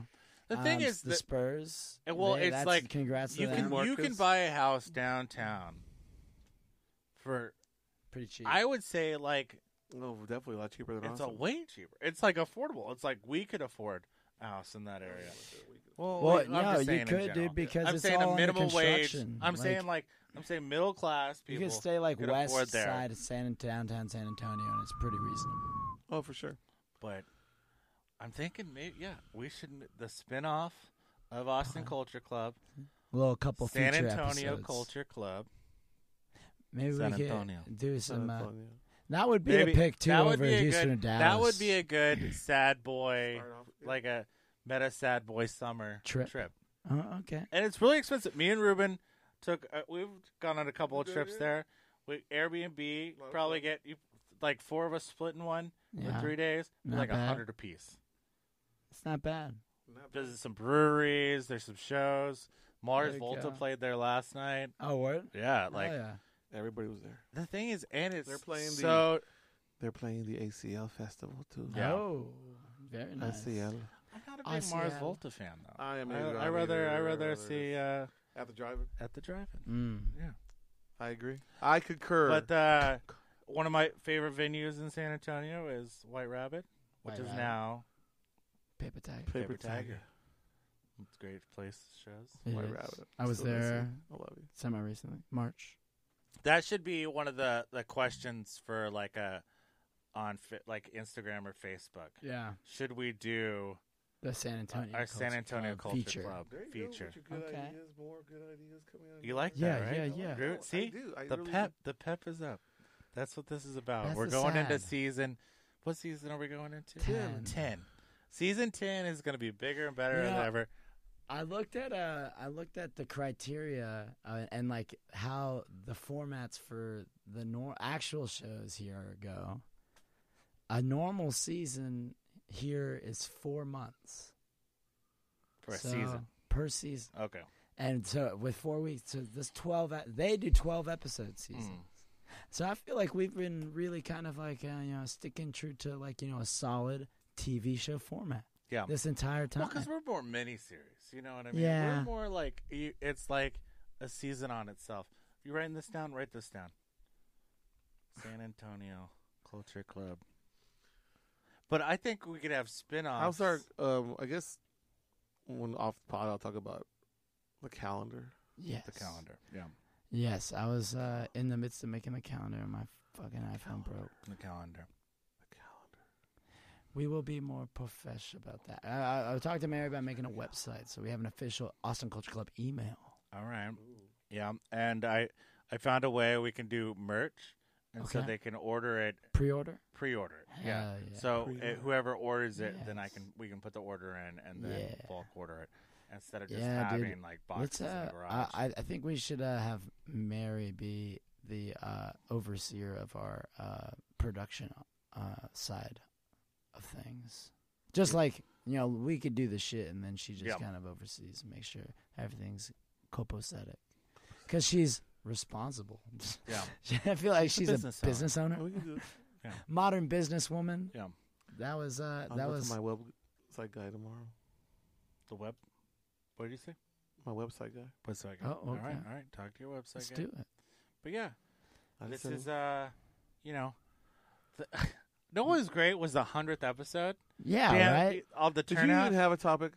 S4: The thing
S3: Um,
S4: is
S3: the
S4: that
S3: Spurs.
S4: And, well,
S3: they-
S4: it's
S3: that's-
S4: like,
S3: congrats to
S4: you
S3: them.
S4: can you can
S2: Marcus.
S4: buy a house downtown for
S3: pretty cheap.
S4: I would say like
S2: Oh, definitely a lot cheaper than
S4: it's
S2: awesome.
S4: a way cheaper. It's like affordable. It's like we could afford a house in that area. Well,
S3: well,
S4: like, I'm
S3: no,
S4: just
S3: you
S4: saying in
S3: could,
S4: general.
S3: dude, because
S4: I'm
S3: it's
S4: saying
S3: all
S4: a
S3: under
S4: minimum wage.
S3: construction.
S4: I'm
S3: Like,
S4: saying like I'm saying middle class
S3: you
S4: people.
S3: could stay like
S4: could
S3: west
S4: afford there.
S3: side of San downtown San Antonio, and it's pretty reasonable.
S2: Oh, for sure.
S4: but I'm thinking maybe yeah, we should m- the spinoff of Austin Culture Club,
S3: Little Uh-huh. couple
S4: San
S3: feature
S4: Antonio
S3: episodes.
S4: Culture Club.
S3: Maybe
S4: San
S3: we could
S4: Antonio.
S3: do some.
S2: Not
S3: Uh,
S2: fun, yeah.
S3: that would be
S4: Maybe
S3: a pick too
S4: that would
S3: over
S4: be a
S3: Houston
S4: good,
S3: and Dallas.
S4: That would be
S3: (clears throat)
S4: a good sad boy,
S2: Start off- yeah.
S4: like a meta sad boy summer
S3: Trip.
S4: trip.
S3: Oh, okay.
S4: and it's really expensive. Me and Ruben took uh, we've gone on a couple of trips there. We Airbnb
S2: Lot of
S4: probably
S2: fun.
S4: get you like four of us splitting one
S3: Yeah.
S4: for three days,
S3: Not
S4: like a
S3: bad.
S4: hundred apiece.
S3: It's not bad.
S2: Not bad.
S4: There's some breweries. There's some shows. Mars
S3: Heck yeah.
S4: Volta played there last night.
S3: Oh, word.
S4: Yeah, like
S3: oh, yeah.
S2: Everybody was there.
S4: the thing is, and it's
S2: They're playing the-
S4: so.
S2: They're playing the ACL festival too.
S4: Yeah.
S3: Oh, very nice.
S2: ACL.
S4: I'm not a
S3: I
S4: big Mars
S3: see.
S4: Volta fan though.
S2: I am
S4: I,
S2: either.
S4: I
S2: I'm
S4: rather
S2: either-
S4: I
S2: rather
S4: rather
S2: just-
S4: see uh,
S2: At the driving.
S4: at the drive-in.
S3: Mm.
S4: Yeah.
S2: I agree. I concur.
S4: But uh, one of my favorite venues in San Antonio is White Rabbit, which
S3: White
S4: is
S3: Rabbit.
S4: now
S3: Paper tag.
S2: Paper,
S4: Paper Tiger. It's a great place shows.
S2: White
S3: Yes.
S2: Rabbit.
S3: I was
S2: Still miss you.
S3: there
S2: I love you.
S3: semi recently, March.
S4: That should be one of the, the questions for like a on fi- like Instagram or Facebook.
S3: Yeah,
S4: Should we do
S3: the San
S4: uh,
S3: Antonio.
S4: our San
S3: Culture
S4: Antonio
S3: Club
S4: Culture
S3: feature.
S4: Club feature?
S3: good Okay.
S2: More good ideas coming out.
S4: You like that,
S3: Yeah,
S4: right?
S3: yeah, yeah.
S4: Drew, see the pep, the pep is up. That's what this is about.
S3: That's
S4: We're
S3: the
S4: going into
S3: sad.
S4: season. What season are we going into?
S3: Ten.
S4: Ten. Season ten is going to be bigger and better
S3: You know,
S4: than ever.
S3: I looked at uh, I looked at the criteria uh, and like how the formats for the nor- actual shows here go. A normal season here is four months
S4: For a
S3: So,
S4: season.
S3: per season,
S4: Okay.
S3: and so with four weeks, so this twelve e- they do twelve episode seasons.
S4: Hmm.
S3: So I feel like we've been really kind of like uh, you know sticking true to like you know a solid TV show format
S4: Yeah.
S3: this entire time.
S4: Um, Well, because we're more miniseries, you know what I mean? We're
S3: Yeah.
S4: more like you- it's like a season on itself. You writing this down? Write this down. San Antonio Culture Club. But I think we could have spin-offs.
S2: How's our? Um, I guess when off the pod, I'll talk about the calendar.
S3: yes.
S4: the calendar? Yeah,
S3: Yes, I was uh, in the midst of making the calendar, and my fucking iPhone broke.
S4: the calendar.
S2: The calendar.
S3: We will be more profesh about that. I, I, I talked to Mary about making a website, so we have an official Austin Culture Club email.
S4: All right. Yeah, and I I found a way we can do merch, and so
S3: Okay.
S4: they can order it
S3: Pre-order.
S4: pre-order. it.
S3: Hell yeah.
S4: So
S2: Pre-order.
S4: it, whoever orders it, then I
S3: Yes.
S4: can we can put the order in and then
S3: Yeah.
S4: bulk order it instead of just
S3: Yeah,
S4: having
S3: dude.
S4: like
S3: Let's.
S4: boxes in
S3: Uh,
S4: the garage.
S3: I, I- I think we should uh, have Mary be the uh, overseer of our uh, production uh, side of things. Just like you know, we could do the shit, and then she just
S4: Yeah.
S3: kind of oversees, and makes sure everything's copacetic, because she's responsible. (laughs)
S4: yeah,
S3: I feel like she's a
S4: business
S3: business,
S4: owner.
S2: Oh,
S3: owner,
S2: we can do it.
S3: modern businesswoman.
S4: Yeah.
S3: That was uh,
S2: I'll
S3: (laughs) that
S2: go
S3: was
S2: to my website guy tomorrow.
S4: the web. What did you say?
S2: My website guy.
S4: Website.
S3: Oh,
S4: All right,
S3: okay.
S4: all right. Talk to your website.
S3: let's
S4: guy.
S3: do it.
S4: But yeah,
S2: I
S4: this
S2: just
S4: is
S2: said,
S4: uh, you know, the, (laughs) no what was great was the hundredth episode.
S3: Yeah,
S4: Damn,
S3: right.
S4: All the
S2: Did you even
S4: turnout.
S2: have a topic?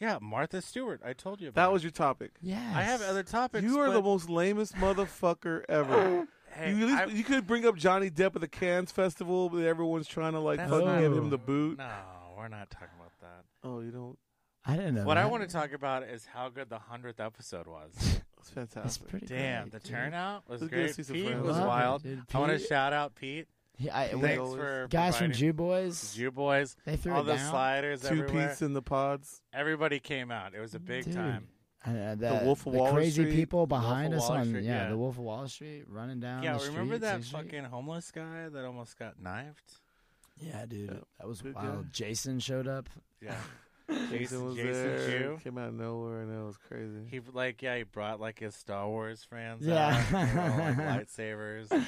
S4: yeah, Martha Stewart. I told you about
S2: That
S4: it.
S2: was your topic.
S3: Yeah,
S4: I have other topics.
S2: You are the
S4: but-
S2: most lamest
S4: (laughs)
S2: motherfucker ever.
S4: Hey,
S2: you, at
S4: I-
S2: least, you could bring up Johnny Depp at the Cannes Festival, but everyone's trying to like
S4: that's
S2: fucking
S4: not-
S2: give him the boot.
S4: No, we're not talking about that.
S2: Oh, you don't.
S3: I didn't know.
S4: What I
S3: that.
S4: want to talk about is how good the hundredth episode was.
S2: It's
S3: That's
S2: fantastic.
S3: pretty.
S4: Damn,
S3: great,
S4: the
S3: dude.
S4: turnout was
S2: Let's go
S4: great.
S2: see some
S4: Pete
S2: friends.
S4: was
S2: Love it,
S4: wild.
S3: dude.
S4: I want to
S3: Pete-
S4: shout out Pete.
S3: He, I,
S2: Pete-
S3: we-
S4: Thanks
S2: always-
S4: for
S3: guys from
S4: providing-
S3: Jew Boys,
S4: Jew Boys.
S3: they threw
S4: all
S3: it
S4: the
S3: down.
S4: sliders
S2: Two
S4: everywhere.
S2: piece in the pods.
S4: Everybody came out. It was a big
S3: Dude.
S4: time.
S3: Uh, the,
S2: Wolf of
S3: the
S2: Wall
S3: crazy
S2: Street,
S3: people
S4: of
S3: behind us
S4: Wall
S3: on
S4: Street,
S3: yeah,
S4: yeah.
S3: the Wolf of Wall Street running down.
S4: Yeah,
S3: the
S4: remember
S3: streets
S4: that
S3: and shit?
S4: fucking homeless guy that almost got knifed?
S3: Yeah, dude,
S2: Yeah.
S3: that was
S2: Good
S3: wild.
S2: guy.
S3: Jason showed
S4: (laughs)
S3: up.
S4: Yeah.
S3: (laughs)
S2: Jason
S4: Jason,
S2: was
S4: Jason
S2: there.
S4: Jew.
S2: Came out of nowhere, and that was crazy.
S4: He like yeah, he brought like his Star Wars friends.
S3: Yeah.
S4: out. They
S3: (laughs)
S4: were all, like, lightsabers.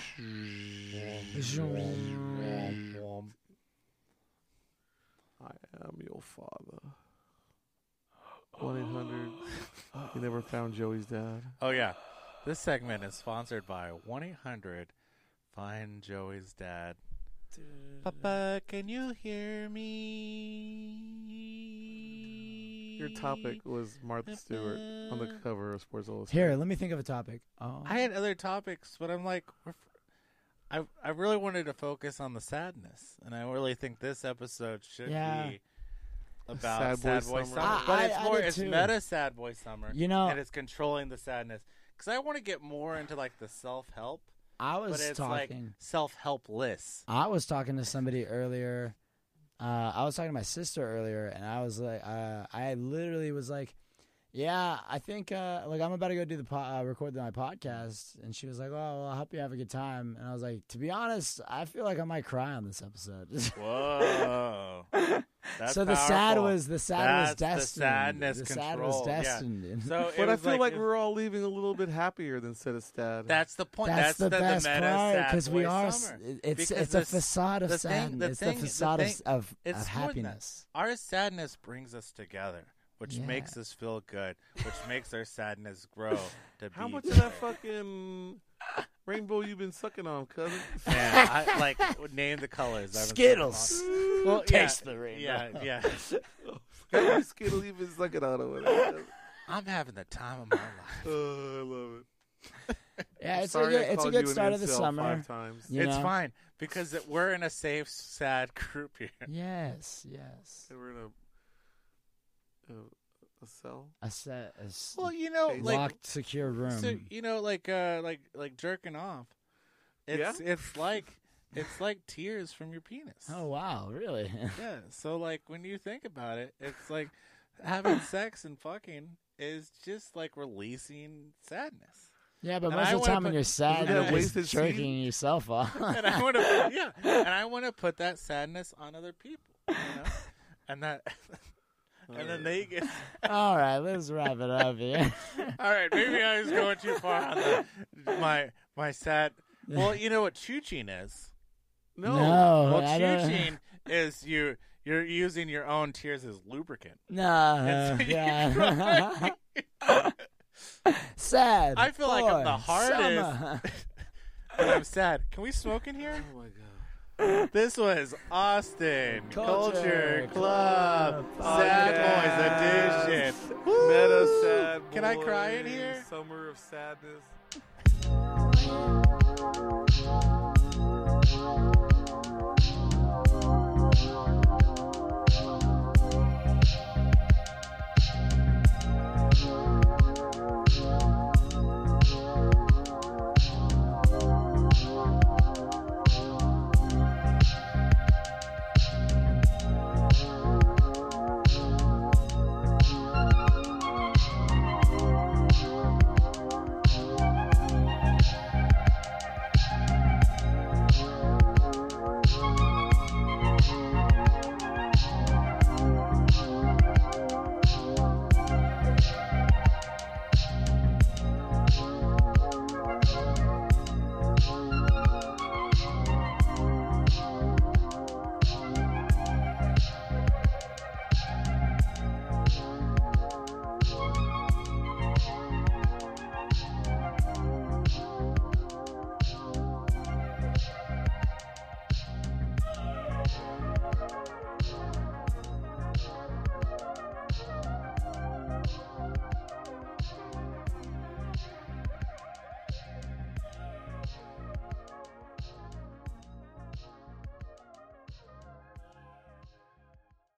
S2: I am your father. One eight hundred.
S4: (gasps)
S2: You never found Joey's dad.
S4: Oh yeah. This segment is sponsored by one eight hundred Find Joey's dad. Papa, can you hear me?
S2: Your topic was Martha Stewart on the cover of Sports Illustrated.
S3: Here, let me think of a topic. Oh,
S4: I had other topics, but I'm like, we're f- I I really wanted to focus on the sadness, and I really think this episode should
S3: Yeah.
S4: be about sad
S2: Sad
S4: boy,
S2: Boy
S4: summer.
S2: Summer.
S3: I-
S4: but
S3: Ah, I-
S4: it's
S3: I
S4: more
S3: did
S4: it's
S3: too.
S4: meta sad boy summer.
S3: You know-
S4: and it's controlling the sadness because I want to get more into like the self help,
S3: I
S4: but
S3: was
S4: it's like
S3: talking.
S4: self helpless.
S3: I was talking to somebody earlier. Uh, I was talking to my sister earlier, and I was like, uh, I literally was like, "Yeah, I think uh, like I'm about to go do the po- uh, record my podcast," and she was like, "Oh, well, I hope you have a good time." And I was like, "To be honest, I feel like I might cry on this episode." (laughs)
S4: Whoa, That's
S3: so the sad
S4: powerful.
S3: was the sad was
S4: That's the
S3: destined.
S4: sadness
S3: the sad was
S4: control, yeah.
S3: destined.
S4: So it
S2: But I
S4: was
S2: feel like,
S4: it-
S2: we're all leaving a little bit happier than said a stat.
S4: That's the point.
S3: That's, the,
S4: That's,
S3: best
S4: meta
S3: part
S4: sad
S3: because we
S4: boy
S3: are.
S4: summer.
S3: s- It's
S4: Because
S3: it's a
S4: this-
S3: facade of
S4: the thing-
S3: sadness.
S4: the
S3: It's
S4: thing-
S3: a
S4: the
S3: facade of, s-
S4: thing-
S3: of, of
S4: it's more than that.
S3: happiness.
S4: Our sadness brings us together, which
S3: Yeah.
S4: makes us feel good, which makes our sadness grow. To
S2: How
S4: be
S2: much of
S4: better.
S2: that fucking (laughs) rainbow you been sucking on, cousin?
S4: (laughs)
S2: (laughs)
S4: Man, I, like would name the colors. I haven't seen them all.
S3: Skittles.
S4: Well,
S3: Taste
S4: yeah,
S3: the rainbow.
S4: Yeah, yeah.
S3: (laughs)
S2: How much Skittle you been sucking on over there? cousin?
S4: I'm having the time of my life.
S2: (laughs) Oh, I love it.
S3: Yeah,
S2: I'm
S3: it's a
S2: sorry I
S3: good, it's a
S2: called
S3: good
S2: you an
S3: start of the
S2: incel
S3: summer.
S2: Five times.
S3: You
S4: it's
S3: know?
S4: fine because it- we're in a safe, sad (laughs) group here.
S3: Yes, yes.
S2: They were in a, a, a cell.
S3: A set, a s-
S4: Well, you know,
S2: Hey,
S4: like
S3: locked, secure room.
S4: So you know, like uh, like like jerking off. It's it's like it's like tears from your penis.
S3: oh wow, really? (laughs)
S4: yeah. So like when you think about it, it's like
S3: (coughs)
S4: having sex and fucking is just like releasing sadness.
S3: yeah, but
S4: And
S3: most of
S4: I
S3: the
S4: wanna
S3: time when
S4: put-
S3: you're sad,
S2: Isn't
S3: you're
S2: that
S3: just
S2: wasted seed?
S3: jerking yourself off. (laughs)
S4: And I want to yeah, and I want to put that sadness on other people, you know,
S3: (laughs)
S4: and that. (laughs) And
S2: Uh,
S4: then they get.
S3: All right, let's wrap it up
S4: (laughs)
S3: here.
S4: All right, maybe I was going too far on the, my my sad. Well, you know what chooching is.
S2: No.
S3: no,
S4: Well,
S3: Oh, I don't-
S4: chooching is you you're using your own tears as lubricant.
S3: (laughs) No,
S4: That's what you
S3: (laughs) yeah. sad.
S4: I feel like I'm the
S3: boy,
S4: hardest.
S3: summer.
S4: But I'm sad. Can we smoke in here?
S2: Oh my god.
S4: This was Austin Culture,
S3: Culture
S4: Club
S2: Club
S4: Sad Boys
S3: (laughs)
S4: Edition.
S2: Meta sad.
S4: Can I cry in
S2: boys,
S4: here?
S2: Summer of sadness.